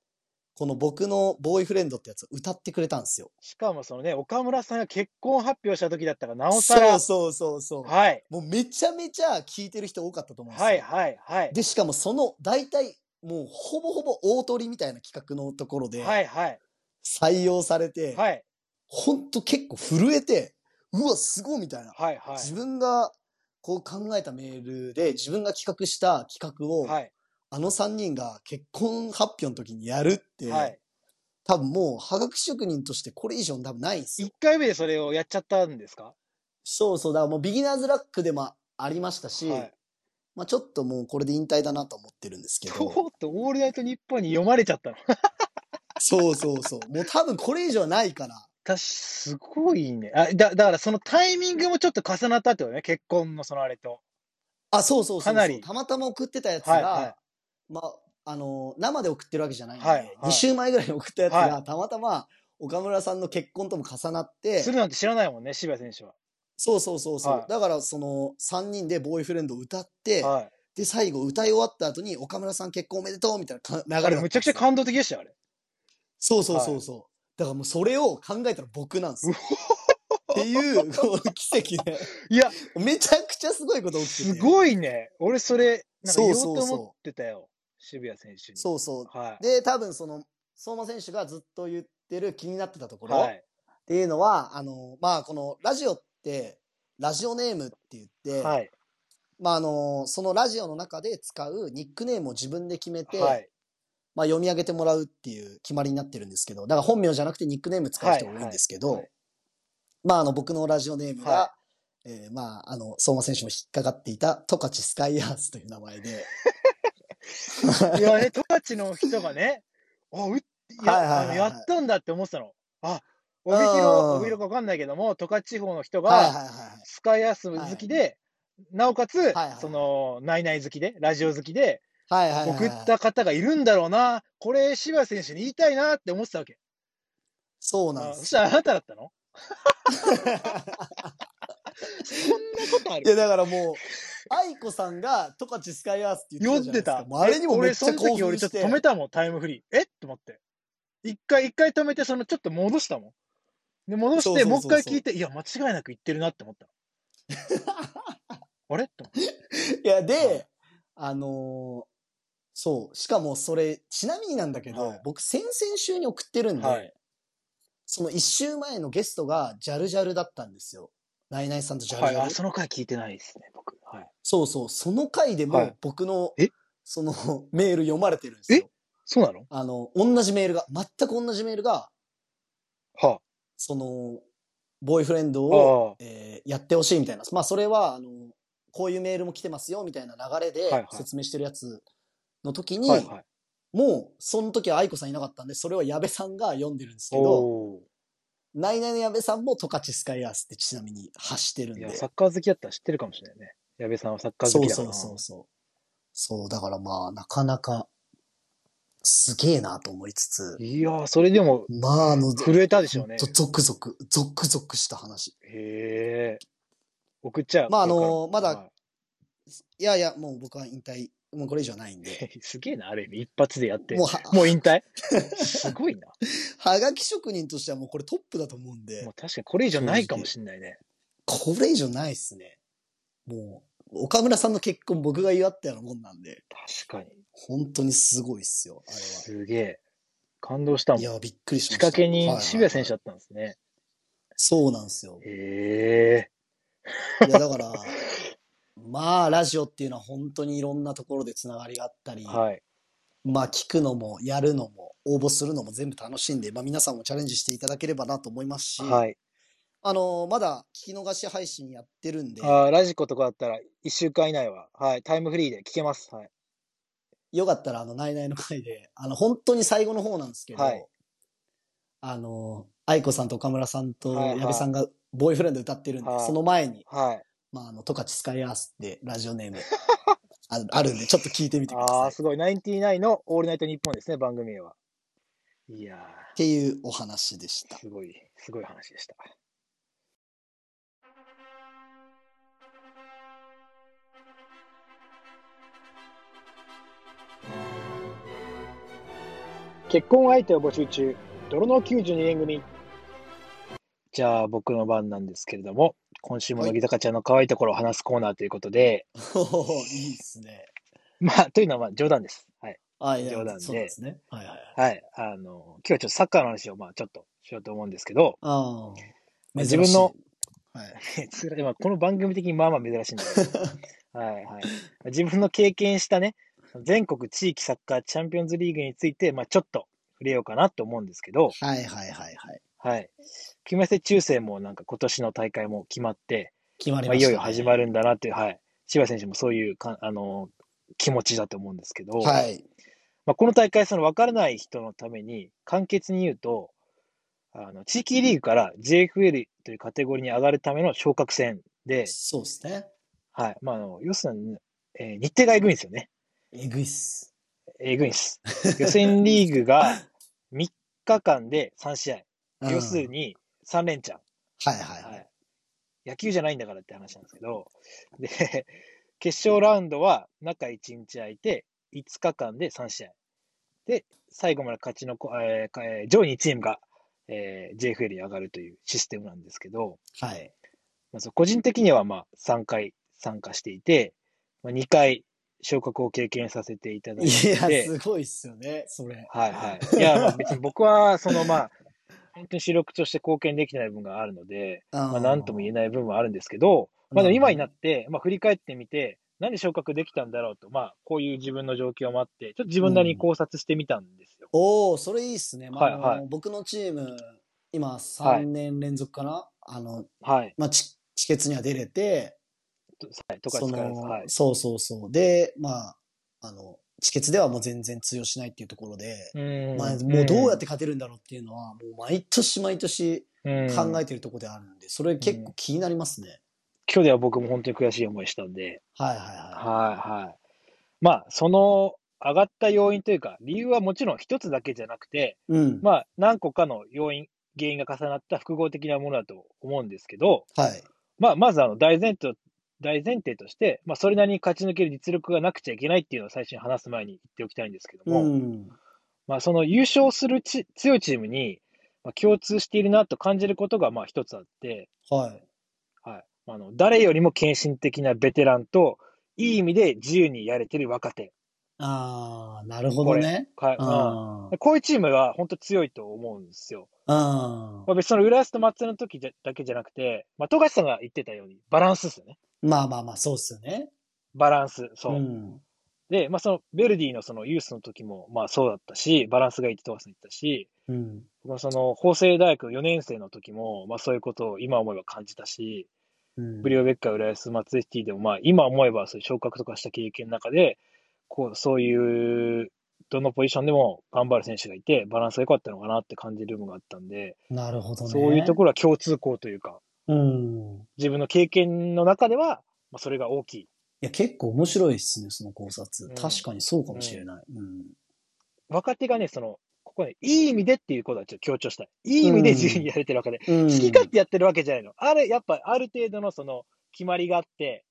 S3: この僕のボーイフレンドってやつを歌ってくれたんですよ。
S2: しかもそのね、岡村さんが結婚発表した時だったから、なおさら。
S3: そうそうそうそう。
S2: はい。
S3: もうめちゃめちゃ聞いてる人多かったと思うんですよ。
S2: はいはいはい。
S3: で、しかもその、大体、もうほぼほぼ大取りみたいな企画のところで、
S2: はいはい。
S3: 採用されて、
S2: はい
S3: ほんと結構震えて、うわ、すごいみたいな。
S2: はいは
S3: 自
S2: い。
S3: 分がこう考えたメールで、自分が企画した企画を、
S2: はい
S3: あの3人が結婚発表の時にやるって、
S2: はい。
S3: 多分もう、はがき職人としてこれ以上多分ないんですよ
S2: 1。回目でそれをやっちゃったんですか
S3: そうそう、だからもうビギナーズラックでもありましたし、
S2: はい。
S3: まあちょっともうこれで引退だなと思ってるんですけ
S2: と
S3: ど
S2: う、とうオールナイトニッポンに読まれちゃったの。
S3: そうそうそう、もう多分これ以上はないから、
S2: 私、すごいね。あ、だ、だからそのタイミングもちょっと重なったってことね。結婚のそのあれと。
S3: あ、そうそうそ
S2: か
S3: う
S2: な
S3: そう、
S2: り
S3: たまたま送ってたやつが、
S2: はいは
S3: まあ、あの、生で送ってるわけじゃないんで、
S2: はいはい
S3: 2週前ぐらいに送ったやつが、
S2: は
S3: たまたま岡村さんの結婚とも重なって
S2: す、るなんて知らないもんね、渋谷選手は。
S3: そうそうそうそう、
S2: はい
S3: だからその3人でボーイフレンドを歌って、
S2: はい。
S3: で、最後歌い終わった後に岡村さん結婚おめでとうみたいなか流れだ
S2: あ
S3: ったんです
S2: れ、
S3: よ
S2: むちゃくちゃ感動的でしたよ、あれ。
S3: そうそうそうそう。だからもうそれを考えたら僕なんですよ。っていう、こう、奇跡で。
S2: いや、
S3: めちゃくちゃすごいこと起きてて。
S2: すごいね。俺、それ、なんか言おうと
S3: そうそうそう
S2: 思ってたよ。渋谷選手に。
S3: そうそう。
S2: は
S3: で、多分その、相馬選手がずっと言ってる気になってたとこ
S2: い。
S3: ろ、
S2: はい
S3: っ。ていうのは、あの、まあ、このラジオって、ラジオネームって言って、
S2: はい。
S3: まあ、あの、そのラジオの中で使うニックネームを自分で決めて、
S2: はい。
S3: まあ、読み上げてもらうっていう決まりになってるんですけど、だから本名じゃなくてニックネーム使う人が多いんですけど、
S2: はいはい
S3: まあ、あの、僕のラジオネームが、
S2: は
S3: えーまあ、あの、相馬選手も引っかかっていた、トカチスカイアースという名前で、
S2: いやね、十勝の人がね、あ、うっや,、
S3: はいはいはいはい
S2: やったんだって思ってたの。あ、帯広、
S3: うん
S2: 帯広かわかんないけども、十勝地方の人
S3: はいはい
S2: が、
S3: はい
S2: スカイアース好きで、なおかつ、
S3: はいはい
S2: その、ナイナイ好きで、ラジオ好きで、
S3: はい。はいはいはい、
S2: 送った方がいるんだろうな、これ、柴谷選手に言いたいなって思ってたわけ。
S3: そうなん
S2: あ
S3: で
S2: そ
S3: す
S2: したらあなただったのそんなこと あ
S3: いや、
S2: る
S3: だからもう、愛子さんがトカチスカイアースって言
S2: 読
S3: ってた
S2: ん
S3: じゃない
S2: で
S3: ですか。
S2: た。
S3: もうあれにもめっちゃ
S2: え俺、
S3: 興
S2: その時俺
S3: 奮
S2: ちょっ
S3: し
S2: と
S3: て。
S2: 止めたもん、タイムフリー。えと思って。一回、一回止めて、そのちょっと戻したもん。で、戻して、
S3: そうそうそうそう
S2: もう一回聞いて、いや、間違いなく言ってるなって思った。 あれと思って。
S3: いや、で、あのーそう。しかもそれ、ちなみになんだけど、
S2: はい
S3: 僕先々週に送ってるんで、
S2: はい
S3: その一週前のゲストがジャルジャルだったんですよ。ナイナイさんとジャル
S2: は
S3: ジ
S2: い。
S3: ャル。
S2: あ、その回聞いてないですね、僕。はい。
S3: そうそう。その回で
S2: は
S3: も
S2: い
S3: 僕の、
S2: え
S3: その メール読まれてるんですよ。
S2: そうなの
S3: あの、同じメールが、全く同じメールが、
S2: は
S3: その、ボーイフレンド
S2: あ。
S3: を、
S2: あ
S3: えーやってほしいみたいな。まあそれは、あの、こういうメールも来てますよみたいな流れ
S2: はいは
S3: で
S2: い
S3: 説明してるやつの時
S2: あ
S3: に、
S2: はいはい。
S3: もうその時は愛子さんいなかったんで、それは矢部さんが読んでるんですけど、
S2: お
S3: ナイナイの矢部さんもトカチスカイアースってちなみに発してる
S2: ー
S3: ん
S2: い
S3: で
S2: や、。サッカー好きだったら知ってるかもしれないね。矢部さんはサッカー
S3: そ
S2: 好
S3: う
S2: きだか
S3: そ
S2: らな。
S3: うそうそう。そう、だからまあ、なかなか、すげえなと思いつつ、
S2: いやー、それでも、
S3: まあ、あの、ず
S2: 震えたでしょうね
S3: っ。とゾクゾク、ゾクゾクした話。
S2: へえ。送っちゃう。
S3: まああのー
S2: これから
S3: まだいやいや、もう僕は引退、もうこれ以上はないんで。
S2: すげえな、ある意味。一発でやって。
S3: も
S2: も
S3: うは、
S2: う引 退すごいな。
S3: はがき職人としてはもうこれトップだと思うんで
S2: もう、確かにこれ以上ないかもしんないね。
S3: これ以上ないっすね。もう、岡村さんの結婚僕が祝ったようなもんなんで、
S2: 確かに。
S3: 本当にすごいっすよ、あれは。
S2: すげえ。感動したもん。
S3: い
S2: 仕
S3: や、びっくりしました。
S2: 掛け人、
S3: はいはい
S2: 渋谷選手だったんですね。
S3: そうなんですよ。
S2: へえ。
S3: いや、だから、まあ、ラジオっていうのは本当にいろんなところでつながりがあったり、
S2: はい。
S3: まあ、聞くのも、やるのも、応募するのも全部楽しんで、まあ、皆さんもチャレンジしていただければなと思いますし、
S2: はい。
S3: あの、まだ聞き逃し配信やってるんで、
S2: あーラジコとかだったら、1週間以内は、はい、タイムフリーで聞けます。はい。
S3: よかったら、あの、ナイナイの回で、あの、本当に最後の方なんですけど、
S2: はい
S3: あの、愛子さんと岡村さんと
S2: はいはい
S3: 矢部さんが、ボーイフレンド歌ってるんで、
S2: はい
S3: その前に、
S2: はい。
S3: まあ、あの、トカチスカイアースってラジオ ネームああるんで、ちょっと聞いてみてくだ
S2: あ
S3: さ
S2: あ、
S3: い。っ
S2: すごい。ナインティナインのオールナイトニッポンですね、番組名は。いや
S3: ていうお話でした
S2: ー、。すごい、すごい話でした。結婚相手を募集中、泥の92年組。じゃあ、僕の番なんですけれども、今週も乃木坂ちゃんの可愛いところを話すコーナーということで、
S3: おーいいですね。
S2: まあ、というのはまあ冗談です。はい。
S3: あ、いや
S2: 冗談、で
S3: そうですね。はいはいは
S2: は
S3: い。
S2: い。あの、今日はちょっとサッカーの話を、まあ、ちょっとしようと思うんですけど、
S3: ああ。
S2: 自分の
S3: 珍しい、はい。
S2: つらいまあこの番組的にまあまあ珍しいんだけど、 はいはい。自分の経験したね、全国地域サッカーチャンピオンズリーグについて、まあ、ちょっと触れようかなと思うんですけど、
S3: はいはいはいはい。
S2: はい。決めせ中世もなんか今年の大会も決まって、
S3: 決まり
S2: まあ、
S3: ま
S2: い
S3: し
S2: よ
S3: た、
S2: い
S3: ね。
S2: よ始まるんだなっていう、はい。柴谷選手もそういうか、あの、気持ちだと思うんですけど、
S3: はい。
S2: まあ、この大会、その分からない人のために、簡潔に言うと、あの地域リーグから JFL というカテゴリーに上がるための昇格戦で、
S3: そうですね。
S2: はいまあ、あの要するに、えー日程がえぐいんですよね。
S3: えぐいっす。
S2: えぐいんです。予選リーグが3日間で3試合。
S3: うん
S2: 要する。に3連チャン。
S3: はいはいは。
S2: はいい、野球じゃないんだからって話なんですけど、で、決勝ラウンドは中1日空いて、5日間で3試合。で、最後まで勝ち残、えーかえー上位2チームが、えー JFL に上がるというシステムなんですけど、
S3: はい。
S2: まあ、そう個人的にはまあ3回参加していて、まあ、2回昇格を経験させていただい
S3: い
S2: て、
S3: や、すごいっすよね、それ。
S2: はいはい。いや、まあ別に僕は、そのまあ、本当に主力として貢献できてない部分があるので、ま
S3: ま
S2: あ、なんとも言えない部分はあるんですけど、まあ、でも今になって、まあ、振り返ってみて、なんで昇格できたんだろうと、まあ、こういう自分の状況もあって、ちょっと自分なりに考察してみたんですよ。
S3: おおそれいいっすね。まあ、あの
S2: はいは
S3: 僕のチーム、今
S2: は
S3: 3
S2: い
S3: 年連続かな、あの、
S2: はい。
S3: まあ、ち地決には出れて、
S2: はい、とか
S3: そ
S2: ですから
S3: の、
S2: はい。
S3: そうそうそう。で、まあ、あの、地決ではもう全然通用しないっていうところで、
S2: うん
S3: まあ、もうどうやって勝てるんだろうっていうのは、もう毎年毎年考
S2: 考え
S3: えてるところであるんで、それ結構気になりますね。
S2: 今日では僕も本当に悔しい思いしたんで、
S3: はいはいは
S2: はいはい。まあ、その上がった要因というか、理由はもちろん一つだけじゃなくて、
S3: い。うん。
S2: まあ、何個かの要因、原因が重なった複合的なものだと思うんですけど、
S3: はい。
S2: まあ、まずあの大前提と大前提として、まあ、それなりに勝ち抜ける実力がなくちゃいけないっていうのを最初に話す前に言っておきたいんですけど
S3: う
S2: も、
S3: ん。
S2: まあ、その優勝するち強いチームにまあ共通しているなと感じることがまあ一つあって、
S3: はい。
S2: はい、あの誰よりも献身的なベテランと、いい意味で自由にやれてる若手。
S3: ああ、なるほどね。
S2: はいま
S3: あ
S2: あこういうチームは本当強いと思うんですよ。
S3: あ
S2: まあ、別にその浦安と松江の時じゃだけじゃなくて、まあ、富樫さんが言ってたように、バランスですよね。
S3: まあまあまあ、そうっすよね。
S2: バランス。そうう。
S3: ん。
S2: で、まあ、その、ベルディのそのユースの時も、まあ、そうだったし、バランスがいいって飛ばすに行ったし、
S3: うん。
S2: 僕もその、法政大学4年生の時も、まあ、そういうことを今思えば感じたし、
S3: うん
S2: ブリオベッカー、浦安、松江シティでも、まあ、今思えばそういう昇格とかした経験の中で、こう、そういう、どのポジションでも頑張る選手がいて、バランスが良かったのかなって感じる部分があったんで、
S3: なるほどね。
S2: そういうところは共通項というか、
S3: ろ。うん。い
S2: 自分の経験の中では、まあ、それが大きい。
S3: や、結構面白いっすね、その考察。
S2: うん
S3: 確かにそうかもしれない。うん。
S2: 若手がね、その、ここね、いい意味でっていうことはちょっと強調したい。いい意味で自由にやれてる若手
S3: うん。
S2: 好き勝手やってるわけじゃないの。あれ、やっぱある程度のその決まりがあって、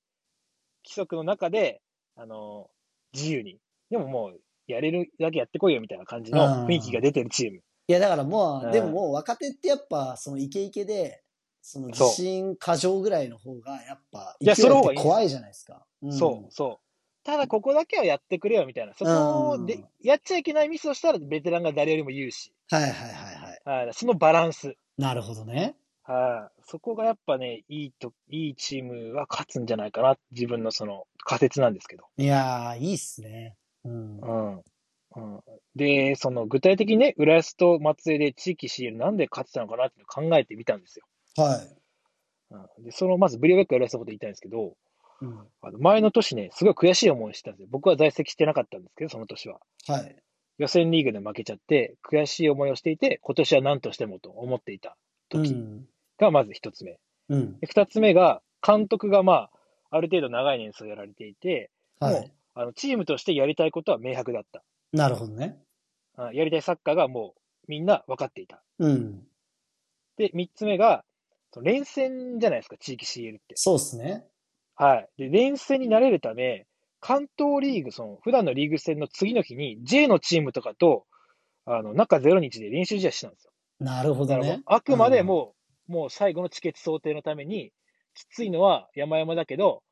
S2: 規則の中で、あの、自由に。でももう、やれるだけやってこいよみたいな感じの雰囲気が出てるチーム。
S3: いや、だからも
S2: う
S3: う、
S2: ん
S3: でももう若手ってやっぱ、そのイケイケで、その自
S2: そう
S3: 信過剰ぐらいの方が、やっぱ、
S2: いや
S3: 勢い
S2: その
S3: っ
S2: 方が
S3: て
S2: いい
S3: 怖いじゃないですか。
S2: そう、そう。ただここだけはやってくれよみたいな。そこ
S3: う
S2: で
S3: ん、
S2: やっちゃいけないミスをしたらベテランが誰よりも言うし。
S3: うん。はいはいはいはい。
S2: あーそのバランス。
S3: なるほどね。
S2: はい、そこがやっぱね、いいと、いいチームは勝つんじゃないかな、自分のその仮説なんですけど。
S3: いやー、いいっすね。うん。
S2: うん。うん、で、その具体的にね、浦安と松江で地域 CL なんで勝ってたのかなっていうのを考えてみたんですよ。
S3: はい。
S2: うん、で、その、まずブリオベック浦安のこと言いたいんですけど、
S3: うん。
S2: あの前の年ね、すごい悔しい思いしてたんですよ。僕は在籍してなかったんですけど、その年は。
S3: はい。
S2: 予選リーグで負けちゃって、悔しい思いをしていて、今年は何としてもと思っていた
S3: う
S2: 時
S3: ん。
S2: がまず一つ目。
S3: うん。
S2: で二つ目が、監督がまあ、ある程度長い年数やられていて、
S3: は
S2: も
S3: い。
S2: うあのチームとしてやりたいことは明白だった。
S3: なるほどね。
S2: あやりたいサッカーがもうみんな分かっていた。
S3: うん。
S2: で、3つ目が、その連戦じゃないですか、地域 CL って。
S3: そうっすね。
S2: はい。で、連戦になれるため、関東リーグ、その普段のリーグ戦の次の日に J のチームとかと、あの、中0日で練習試合してたんですよ。
S3: なるほ
S2: だ
S3: ど
S2: からもう
S3: ね。
S2: あくまでもう、もう最後のチケット想定のために、きついのは山々だけど、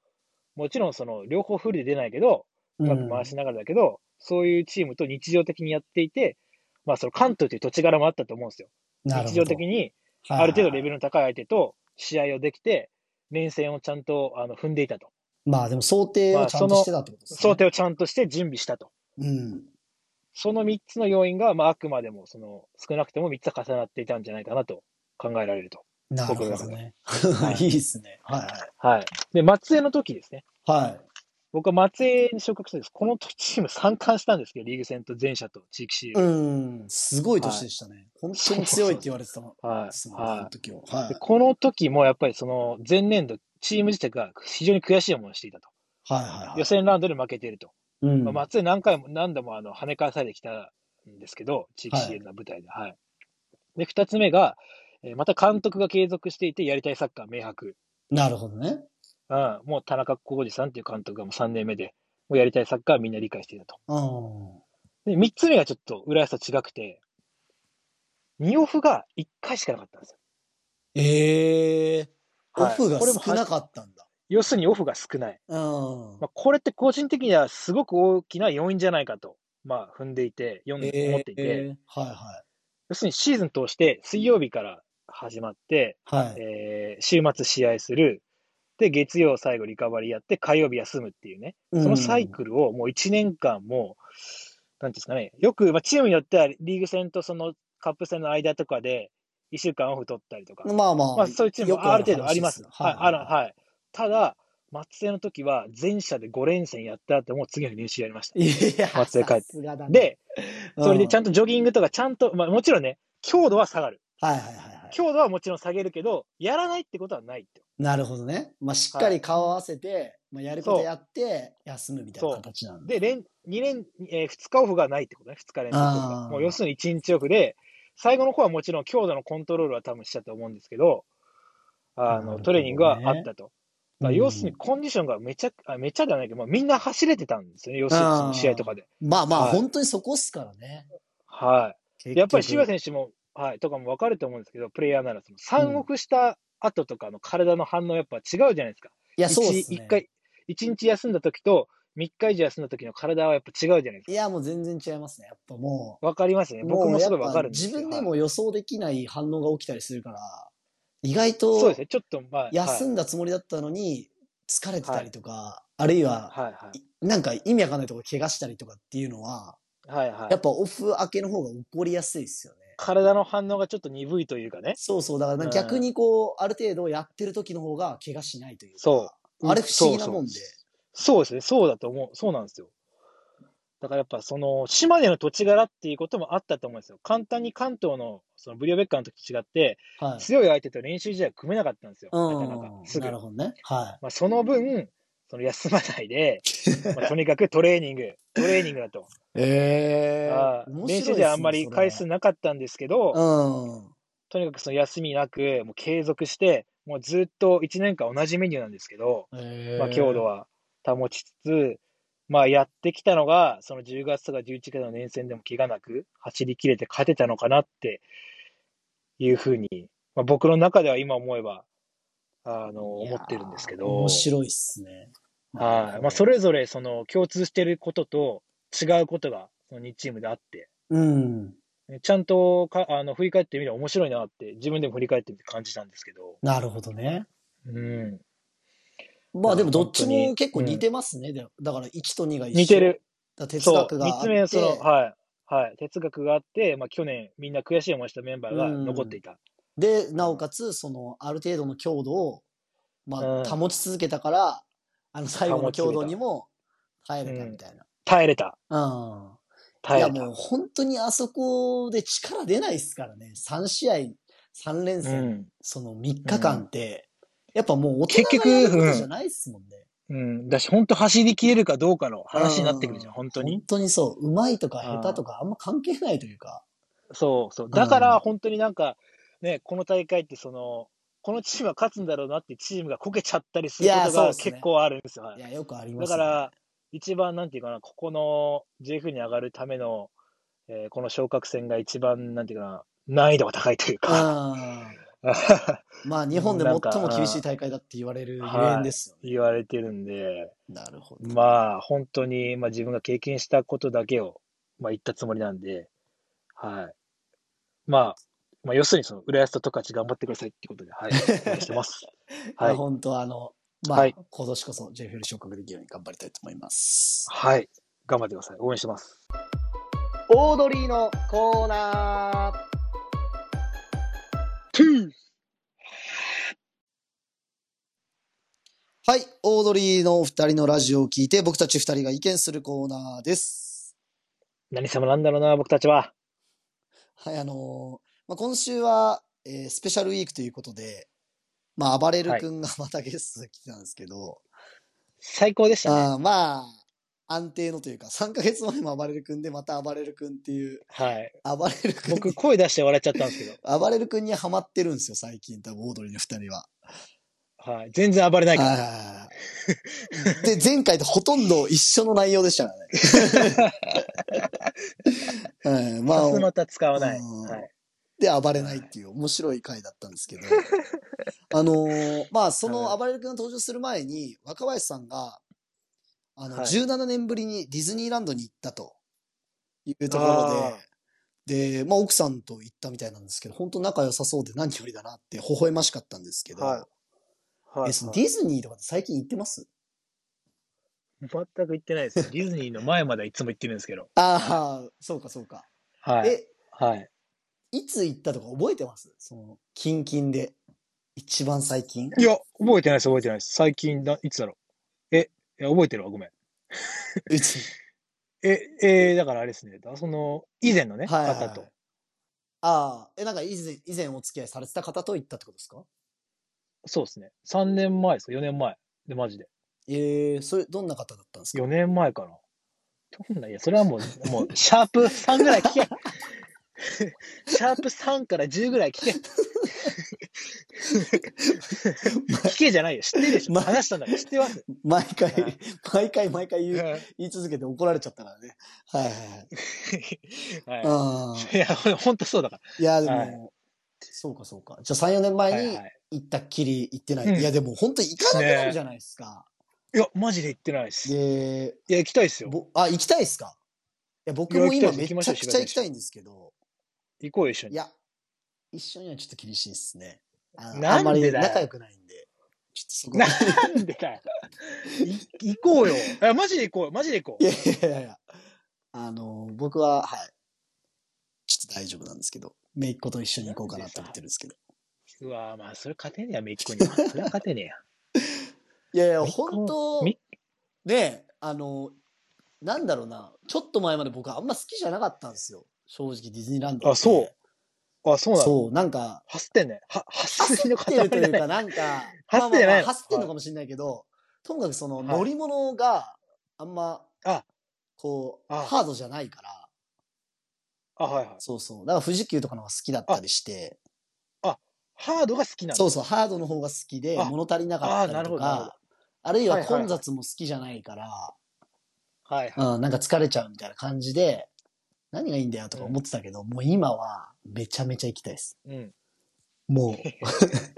S2: もちろんその両方フルで出ないけど、
S3: う、
S2: うんまく回しながらだけど、そういうチームと日常的にやっていて、まあ、その関東という土地柄もあったと思うんですよ。
S3: なるほ
S2: 日
S3: ど
S2: 常的に
S3: はい
S2: ある程度レベルの高い相手と試合をできて、連戦をちゃんとあの踏んでいたと。
S3: まあでも想定をちゃんとしてたってことですね。
S2: 想定をちゃんとして準備したと。
S3: うん。
S2: その3つの要因が、まあ、あくまでもその少なくとも3つは重なっていたんじゃないかなと考えられると。
S3: なるほどね。 いいですね。はい
S2: はい。で、松江の時ですね。
S3: はい。はい。
S2: 僕は松江に昇格したんです。このチーム参観したんですけど、リーグ戦と全社と地域 CL。
S3: うん。すごい年でしたね。本当に強いって言われてたもん。
S2: はい。
S3: その
S2: はい。
S3: 時を。は
S2: で
S3: い。
S2: この時もやっぱりその前年度、チーム自体が非常に悔しい思いをしていたと。
S3: はいはい
S2: 予
S3: はい。
S2: 選ラウンドで負けていると。
S3: うん
S2: まあ、松江何回も何度もあの跳ね返されてきたんですけど、地域
S3: はい
S2: CL の舞台で。はい。で、二つ目が、えーまた監督が継続していて、やりたいサッカー明白。
S3: なるほどね。
S2: うん、もう田中浩二さんっていう監督がもう3年目で、もうやりたいサッカーはみんな理解していたと。
S3: うん。
S2: で、三つ目がちょっと浦安と違くて、二オフが1回しかなかったんですよ。
S3: ええオ
S2: はい
S3: フが
S2: これもは
S3: 少なかったんだ。
S2: 要するにオフが少ない。
S3: うん
S2: まあ、これって個人的にはすごく大きな要因じゃないかと、まあ、踏んでいて、読んで思っていて、
S3: えーは
S2: 要するにシーズン通して水曜日から始まって、
S3: いはい。はい。
S2: えー週末試合する、で、月曜最後リカバリーやって、火曜日休むっていうね、そのサイクルをもう1年間もう、なんていうんですかね、よく、まあ、チームによってはリーグ戦とそのカップ戦の間とかで、1週間オフ取ったりとか、
S3: うん。まあまあ。
S2: まあ、そういうチーム
S3: よく
S2: もある程度ありま
S3: 話
S2: す。
S3: です
S2: はい、ある、はい。ただ、松江の時は全社で5連戦やった後、もう次の日練習やりました。
S3: いや、
S2: 松江帰っ
S1: さすがだ
S2: て。
S1: ね
S2: で、
S3: うん
S2: それでちゃんとジョギングとか、ちゃんと、まあ、もちろんね、強度は下がる。
S3: はいはいはいはい。
S2: 強度はもちろん下げるけど、やらないってことはないって。
S3: なるほどね。まあ、しっかり顔を合わせて、まあ、やることやって、休むみたいな形なんだ。
S2: で、連、2連、えー、2日オフがないってことね、2日連続オフ
S3: あー
S2: が。もう要するに1日オフで、最後の方はもちろん強度のコントロールは多分しちゃったと思うんですけど、あ
S3: なるほど
S2: の、
S3: ね
S2: トレーニングはあったと。だから要するに
S3: うん
S2: コンディションがめちゃ、あめちゃではないけど、まあ、みんな走れてたんですよね、要するにその試合とかで。
S3: まあまあ、
S2: はい
S3: 本当にそこっすからね。
S2: はい。やっぱり渋
S3: 選
S2: 谷選手も、はい、とかも分かると思うんですけど、プレイヤーならその、3億した後とかの体の反応やっぱ違うじゃないですか。
S3: 手。いや、
S2: 一
S3: そうっす
S2: 一
S3: ね。
S2: 回、一日休んだ時と、3日以上休んだ時の体はやっぱ違うじゃないです
S3: い
S2: か。
S3: や、もう全然違いますね。やっぱも
S2: わかりますね。
S3: う、
S2: 僕もす
S3: やっ
S2: ごいわ
S3: ぱ
S2: かるんです
S3: 自
S2: けど
S3: 分で
S2: は
S3: も予想できない反応が起きたりするから、意外
S2: いそう
S3: と
S2: ですね。ちょっと、まあ、
S3: 休
S2: ん
S3: んだつもりだったのに、疲れてたりとか、あるいは、
S2: はいはい
S3: なんか意味わかんないとこ怪我したりとかっていうのは、
S2: い。はいはい。
S3: やっぱオフ明けの方が起こりやすいですよね。
S2: 体の反応がちょっと鈍いというかね。
S3: そうそう。だから
S2: うん
S3: 逆にこう、ある程度やってる時の方が怪我しないというか。
S2: そ
S3: あれ不思議なもんで。
S2: そうですね。そうだと思う。そうなんですよ。だからやっぱその、島根の土地柄っていうこともあったと思うんですよ。簡単に関東の、そのブリオベッカーの時と違って、
S3: はい。
S2: 強い相手と練習試合組めなかったんですよ。なかなか。
S3: う
S2: す
S3: ん。
S2: ぐ
S3: なる。ほどね。は
S2: まあ、その分、その休まない で、まあ、とにかくトレーニング、トレーニングだと。
S3: い。え
S2: ああ練習ではあんまり回数
S3: うん。
S2: なかったんですけど、
S3: は
S2: とにかくその休みなく、もう継続して、もうずっと1年間同じメニューなんですけど、まあ、強度
S3: は。
S2: は保ちつつ、まあ、やってきたのが、その10月とか11月の年戦でも怪我なく、走り切れて勝てたのかなっていうふうに、まあ、僕の中では今思えば、あの、思ってるんですけど。
S3: 面白いっすね。
S2: はい。まあ、そ
S3: れ。
S2: れぞれ、その、共通してることと違うことが、その2チームであって、
S3: うん。
S2: ちゃんとかあの振り返ってみれば面白いなって、自分でも振り返ってみて感じたんですけど、
S3: なるほどね。
S2: うん、
S3: まあでもどっち
S2: 本当
S3: も
S2: に
S3: 結構似てますね。でもだから1と2が一緒。
S2: 似てる。。
S3: だから哲
S2: そう、
S3: 学があって。
S2: 三つ目はその、はい。はい、哲学があって、まあ、去年みんな悔しい思いしたメンバーが残っていた。
S3: で、なおかつ、その、ある程度の強度を、ま
S2: うん
S3: あ、保ち続けたから、あの、最後の強度にも耐えれたみたい
S2: 耐えれた。
S3: な。うん。い
S2: 耐え
S3: や、
S2: れた。
S3: もう本当にあそこで力出ないですからね。3試合、3連
S2: う
S3: 戦、
S2: ん
S3: その3日間って、やっぱもう大
S2: 結
S3: 人
S2: 局
S3: がやることじゃないですもんね。
S2: うん、だし、本当走り切れるかどうかの話になってくるじゃん、
S3: う
S2: 本当
S3: 本
S2: に。
S3: 当にそう、うまいとか
S2: うん
S3: 下手とかあんま関係ないというか。
S2: そうそう。
S3: ん
S2: だから、本当になんか、ね、この大会って、その、このチームは勝つんだろうなってチームがこけちゃったりするこ
S3: いや
S2: と
S3: そう
S2: が
S3: っすね
S2: 結構あるんですよ。はい
S3: いや、よくありま
S2: だ
S3: す、
S2: か
S3: ね。、
S2: ら、一番、なんていうかな、ここの JF に上がるための、えーこの昇格戦が一番、なんていうかな、難易度が高いという か、
S3: まあ、日本で最も厳しい大会だって言われるゆえんですよね。
S2: 言われてるんで、
S3: なるほど。
S2: まあ、本当に、まあ、自分が経験したことだけを、まあ、言ったつもりなんで、はい。まあ、まあ、要するに、その、浦安と十勝頑張ってくださいってことで、はい、お願いして ます。
S3: ま
S2: は
S3: あ
S2: い。
S3: 本当あの、まあ、
S2: はい
S3: 今年こそ JFL 昇格できるように頑張りたいと思います。
S2: はい。頑張ってください。応援してます。
S3: オードリーのコーナー。はい。オードリーのお二人のラジオを聞いて、僕たち二人が意見するコーナーです。
S2: 何様なんだろうな、僕たちは。
S3: はい、あのーまあ、今週は、えースペシャルウィークということで、まあ、暴れる君がまたゲストで来てたんですけど、
S2: 最高でしたね。
S3: あーまあ、安定のというか、3ヶ月前も暴れる君で、また暴れる君っていう、
S2: はい。
S3: 暴れる君ってい
S2: 僕、
S3: う
S2: 声出して笑っちゃったんですけど。
S3: 暴れる君にはまってるんですよ、最近、多分、オードリーの二人は。
S2: はい。全然暴れないから。
S3: あー で、前回とほとんど一緒の内容でしたから ね。うん、ま
S2: さす
S3: あ
S2: ま、た使わない。
S3: うん
S2: はい。
S3: で、暴れないっていう面白い回だったんですけど、あのーまあ、その暴れる君が登場する前に、若林さんが、あの、
S2: はい
S3: 17年ぶりにディズニーランドに行ったというところ
S2: あ
S3: で、で、まあ、奥さんと行ったみたいなんですけど、本当仲良さそうで何よりだなって微笑ましかったんですけど、
S2: はいーはい
S3: えそのディズニーとかって最近行ってます
S2: 全く行ってないです よ。ディズニーの前まではいつも行ってるんですけど。
S3: ああ、そうかそうか。
S2: はい。
S3: え、
S2: はい。
S3: いつ行ったとか覚えてますその、近々で。一番 最近
S2: いや、覚えてないです、覚えてないです。最近だ、いつだろう。え、いや覚えてるわ、ごめん。
S3: うち。
S2: え、えーだからあれですね、だその、以前のね、
S3: はいはいはい
S2: 方と。
S3: ああ、え、なんか以前、以前お付き合いされてた方と行ったってことですか
S2: そうですね。3年前ですか、4年前。で、マジで。
S3: ええそれ、どんな方だったんですか
S2: 4年前かな。どんな、いや、それはもう、もう、シャープ3ぐらい聞け。シャープ3から10ぐらい聞け。聞けじゃないよ。知ってるでしょ。
S3: ま
S2: 話したんだから知ってます。
S3: 毎回
S2: はい、
S3: 毎回毎回言う
S2: は
S3: 言い続けて怒られちゃったからね。はいはいはい。
S2: い。
S3: あ
S2: いや、ほんほんとそうだか
S3: あ。いや、でも、
S2: はい
S3: そうかそうか。じゃあ3、4年
S2: ら。
S3: 前
S2: はい
S3: に
S2: はい。
S3: 行ったっきり行ってない。
S2: うん
S3: いや、でも本当に行かなくなるじゃないですか。
S2: いや、マジで行ってないです。い
S3: で、
S2: や、行きたいですよ。
S3: ぼあ、行きたいですかいや、僕も
S2: いや行きた
S3: 今
S2: い
S3: め
S2: です
S3: ち
S2: 行きましょ
S3: ゃ
S2: う
S3: くちゃ行きたいんですけど、
S2: 行こうよ、一緒
S3: い
S2: に。
S3: や、一緒にはちょっと厳しいですね。
S2: なん
S3: あ
S2: でだよ
S3: あんまり仲良くないんで。ちょっとそこ
S2: な。んでだよ。い行こう よ。いやマジで行こうよ。マジで行こ
S3: いやいやいやいや。あの、僕は、はい。ちょっと大丈夫なんですけど、姪っ子と一緒に行こうかなと思ってるんですけど。
S2: う。うわぁ、まあ、それ勝てねえや、めいっこには。それは勝てねえや。
S3: いやいや、
S2: 姪っ子
S3: 本当
S2: み
S3: ね、あの、なんだろうな、ちょっと前まで僕はあんま好きじゃなかったんですよ。正直ディズニーランドって。
S2: あそうあ、そうなの
S3: そう、なんか、
S2: はすってんね。は、はす
S3: 走
S2: り
S3: っ
S2: の
S3: て
S2: 塊
S3: ると
S2: だ
S3: いう
S2: ね
S3: か、。なんか、
S2: 走ってないの
S3: まあまあまあ走ってるのかもしれないけど、ともかくその
S2: はい
S3: 乗り物があんま、
S2: あ
S3: こう、
S2: あ
S3: ハードじゃないから、
S2: あ、はいはい。
S3: そうそう。だから富士急とかの方が好きだったりして、
S2: ハードが好きなんだ。
S3: そうそう、ハードの方が好きで、
S2: あ
S3: 物足りなかっ
S2: あーな
S3: た
S2: る
S3: り
S2: ほ
S3: と
S2: どなるほ
S3: か、あるい
S2: は
S3: はい
S2: はいはい
S3: 混雑も好きじゃないから、
S2: はいはい。
S3: うん、なんか疲れちゃうみたいな感じで、何がいいんだよとか思ってたけど、もう今はめちゃめちゃ行きたいです。
S2: うん。
S3: もう、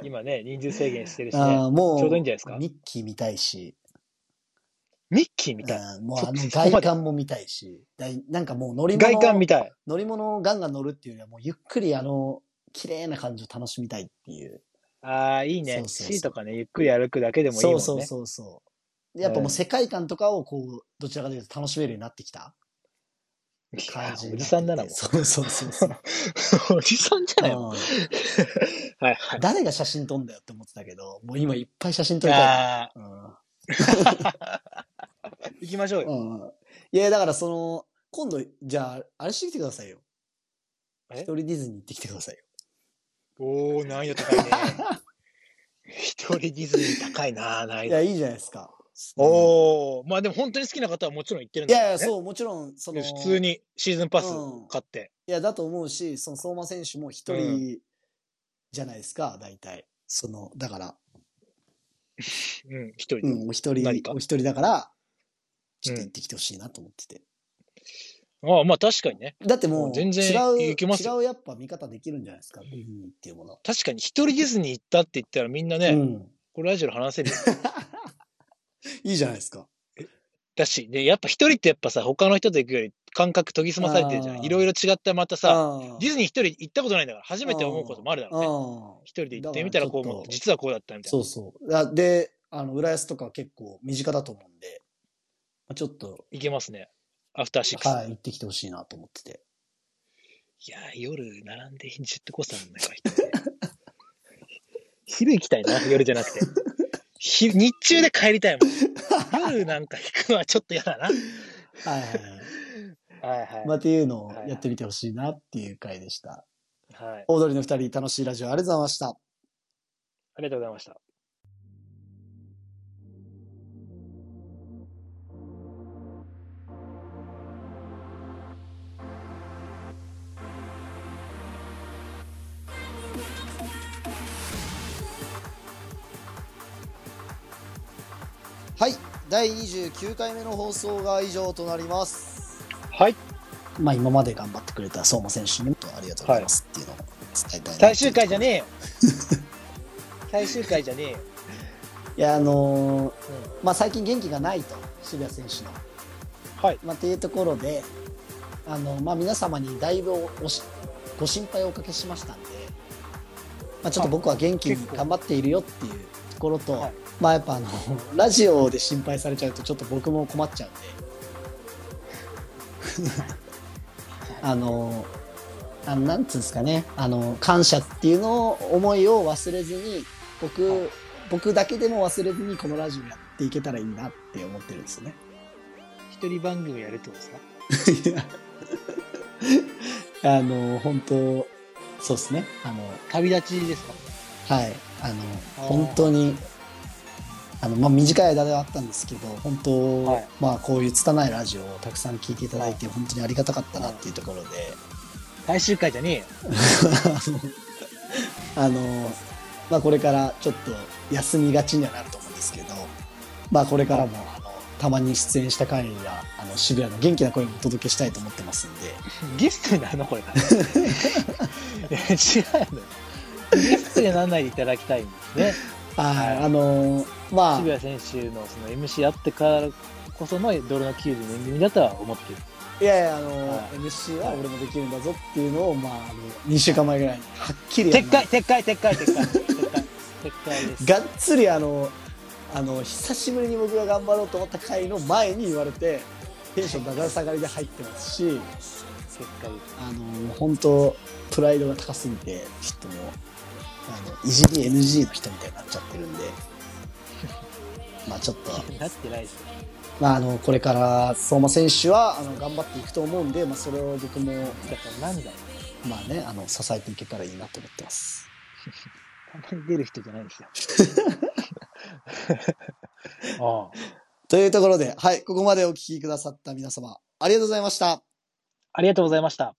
S2: 今ね、人数制限してるしね。
S3: あーもう、
S2: ちょうどいいんじゃないですか
S3: ミッキー見たいし、
S2: ミッキーみたい。
S3: うんもうあの
S2: そそこま
S3: 外
S2: で
S3: 観も見たいし、だいなんかもう乗り物
S2: 外観みたい。
S3: 乗り物をガンガン乗るっていうよりはもうゆっくりあの、綺麗な感じを楽しみたいっていう。
S2: ああ、いいね。
S3: そうそうそう
S2: C とかね、ゆっくり歩くだけでもいいもん
S3: そ
S2: ね。
S3: うそうそうそう。でやっぱもう世界観とかをこう、どちらかというと楽しめるようになってきた
S2: いや
S3: 感じに
S2: お
S3: なってて
S2: じさんだな、も
S3: そうそうそう そう。
S2: う。おじさんじゃないもん。
S3: うん
S2: はいはい。
S3: 誰が写真撮んだよって思ってたけど、もう今いっぱい写真撮りたい。
S2: ああ、
S3: うん
S2: 行きましょうよ。
S3: うんいや、だからその、今度、じゃあ、あれしてきてくださいよ。
S2: え
S3: 一人ディズニー行ってきてくださいよ。
S2: おー、難易度高いね。 一人ディズニー高いな、難
S3: い
S2: 易
S3: や、
S2: 度。
S3: いいじゃないですか。
S2: おー、まあでも本当に好きな方はもちろん行ってるん
S3: い
S2: だ
S3: やいや、
S2: う。
S3: そう、もちろん、その、
S2: 普通にシーズンパス
S3: うん
S2: 買って。
S3: いや、だと思うし、その相馬選手も一
S2: う
S3: 人じゃないですか、大体。その、だから、
S2: うん、一人
S3: う
S2: で。
S3: ん、お一人
S2: 何、か
S3: お一人だから、ちょっと行ってきてほしいなと思ってて。
S2: ああ、まあ確かにね。
S3: だっても
S2: も
S3: う、
S2: う全然
S3: 違う、
S2: 行けますよ
S3: 違うやっぱ見方できるんじゃないですか、ディズニーっていうもの。
S2: 確かに一人ディズニー行ったって言ったらみんなね、
S3: うん。
S2: これラジオで話せるよ。
S3: いいじゃないですか。
S2: だし、で、やっぱ一人ってやっぱさ、他の人と行くより感覚研ぎ澄まされてるじゃ
S3: あ
S2: ん。
S3: ー
S2: いろいろ違ったまたさ、
S3: あ
S2: ディズニー一人で行ったことないんだから、初めて思うこともあるだろうね。
S3: あ。
S2: 一人で行ってみたらこう
S3: だから
S2: 思っ
S3: ちょっと
S2: て、実はこうだったみたい
S3: そ
S2: な。
S3: うそう。あで、あの、浦安とか結構身近だと思うんで、まあちょっと、
S2: 行けますね。アフターシックス。
S3: はい、行ってきてほしいなと思ってて。
S2: いやー、夜、並んでジェットコースターの中行って。昼行きたいな、夜じゃなくて。ひ日中で帰りたいもん。夜なんか行くのはちょっと嫌 だな。はい
S3: はいはいはい。
S2: はい。
S3: まあ、っていうのをやってみてほしいなっていう回でした。
S2: はい。
S3: オードリーの二人、楽しいラジオ、ありがとうございました。
S2: ありがとうございました。
S3: はい、第29回目の放送が以上となります。
S2: はい。
S3: まあ、今まで頑張ってくれた相馬選手にもありがとうございますっていうのを伝えたいな
S2: 最終回じゃねえよ。最終回じゃねえよ。
S3: いや、あのーまあ、最近元気がないと、渋谷選手の。
S2: はい。
S3: まあ、っていうところであの、まあ、皆様にだいぶおしご心配をおかけしましたんで、まあ、ちょっと僕は元気に
S2: 結構
S3: 頑張っているよっていうところと、
S2: はい
S3: まあやっぱあの ラジオで心配されちゃうとちょっと僕も困っちゃうんで あのあのなんつうんですかねあの感謝っていうのを思いを忘れずに僕、
S2: はい
S3: 僕だけでも忘れずにこのラジオやっていけたらいいなって思ってるんですよね。
S2: 一人番組やるってことですか
S3: いや あの本当そうですねあの
S2: 旅立ちですか
S3: はいあの
S2: あー
S3: 本当にあの、まあ、短い間ではあったんですけど本当、
S2: はい
S3: まあこういう拙いラジオをたくさん聞いていただいて本当にありがたかったなっていうところで、
S2: 最終回じゃねえよ。
S3: あの、まあ、これからちょっと休みがちにはなると思うんですけど、まあ、これからも、あの、たまに出演した回や、あの、渋谷の元気な声をお届けしたいと思ってますんで、
S2: ゲストになるのこれから。いや違うのよ。ゲストにならないでいただきたいんですね。
S3: はい、あの、まあ
S2: 渋、谷選手のその MC あってからこそのドルの90の番組だとは思ってる。
S3: いやいや、あの、
S2: はい
S3: MC は俺もできるんだぞっていうのを、まあ、あの、2週間前ぐらいに、はっきり、あの
S2: 撤回、撤回、撤回、撤回、撤回、撤回です。
S3: がっつりあの、あの、久しぶりに僕が頑張ろうと思った回の前に言われて、テンションだだ下がりで入ってますし、
S2: 撤回です。
S3: あの本当プライドが高すぎてちょっともうあのいじり NG の人みたいになっちゃってるんで まあちょっと、
S2: なってないですよ。
S3: まあ、あのこれから相馬選手はあの頑張っていくと思うんで、まあ、それを僕も
S2: だからなんだよ。
S3: まあねあの支えていけたらいいなと思ってます
S2: たまに出る人じゃないんです よ。ああ
S3: というところではいここまでお聞きくださった皆様ありがとうございました
S2: ありがとうございました。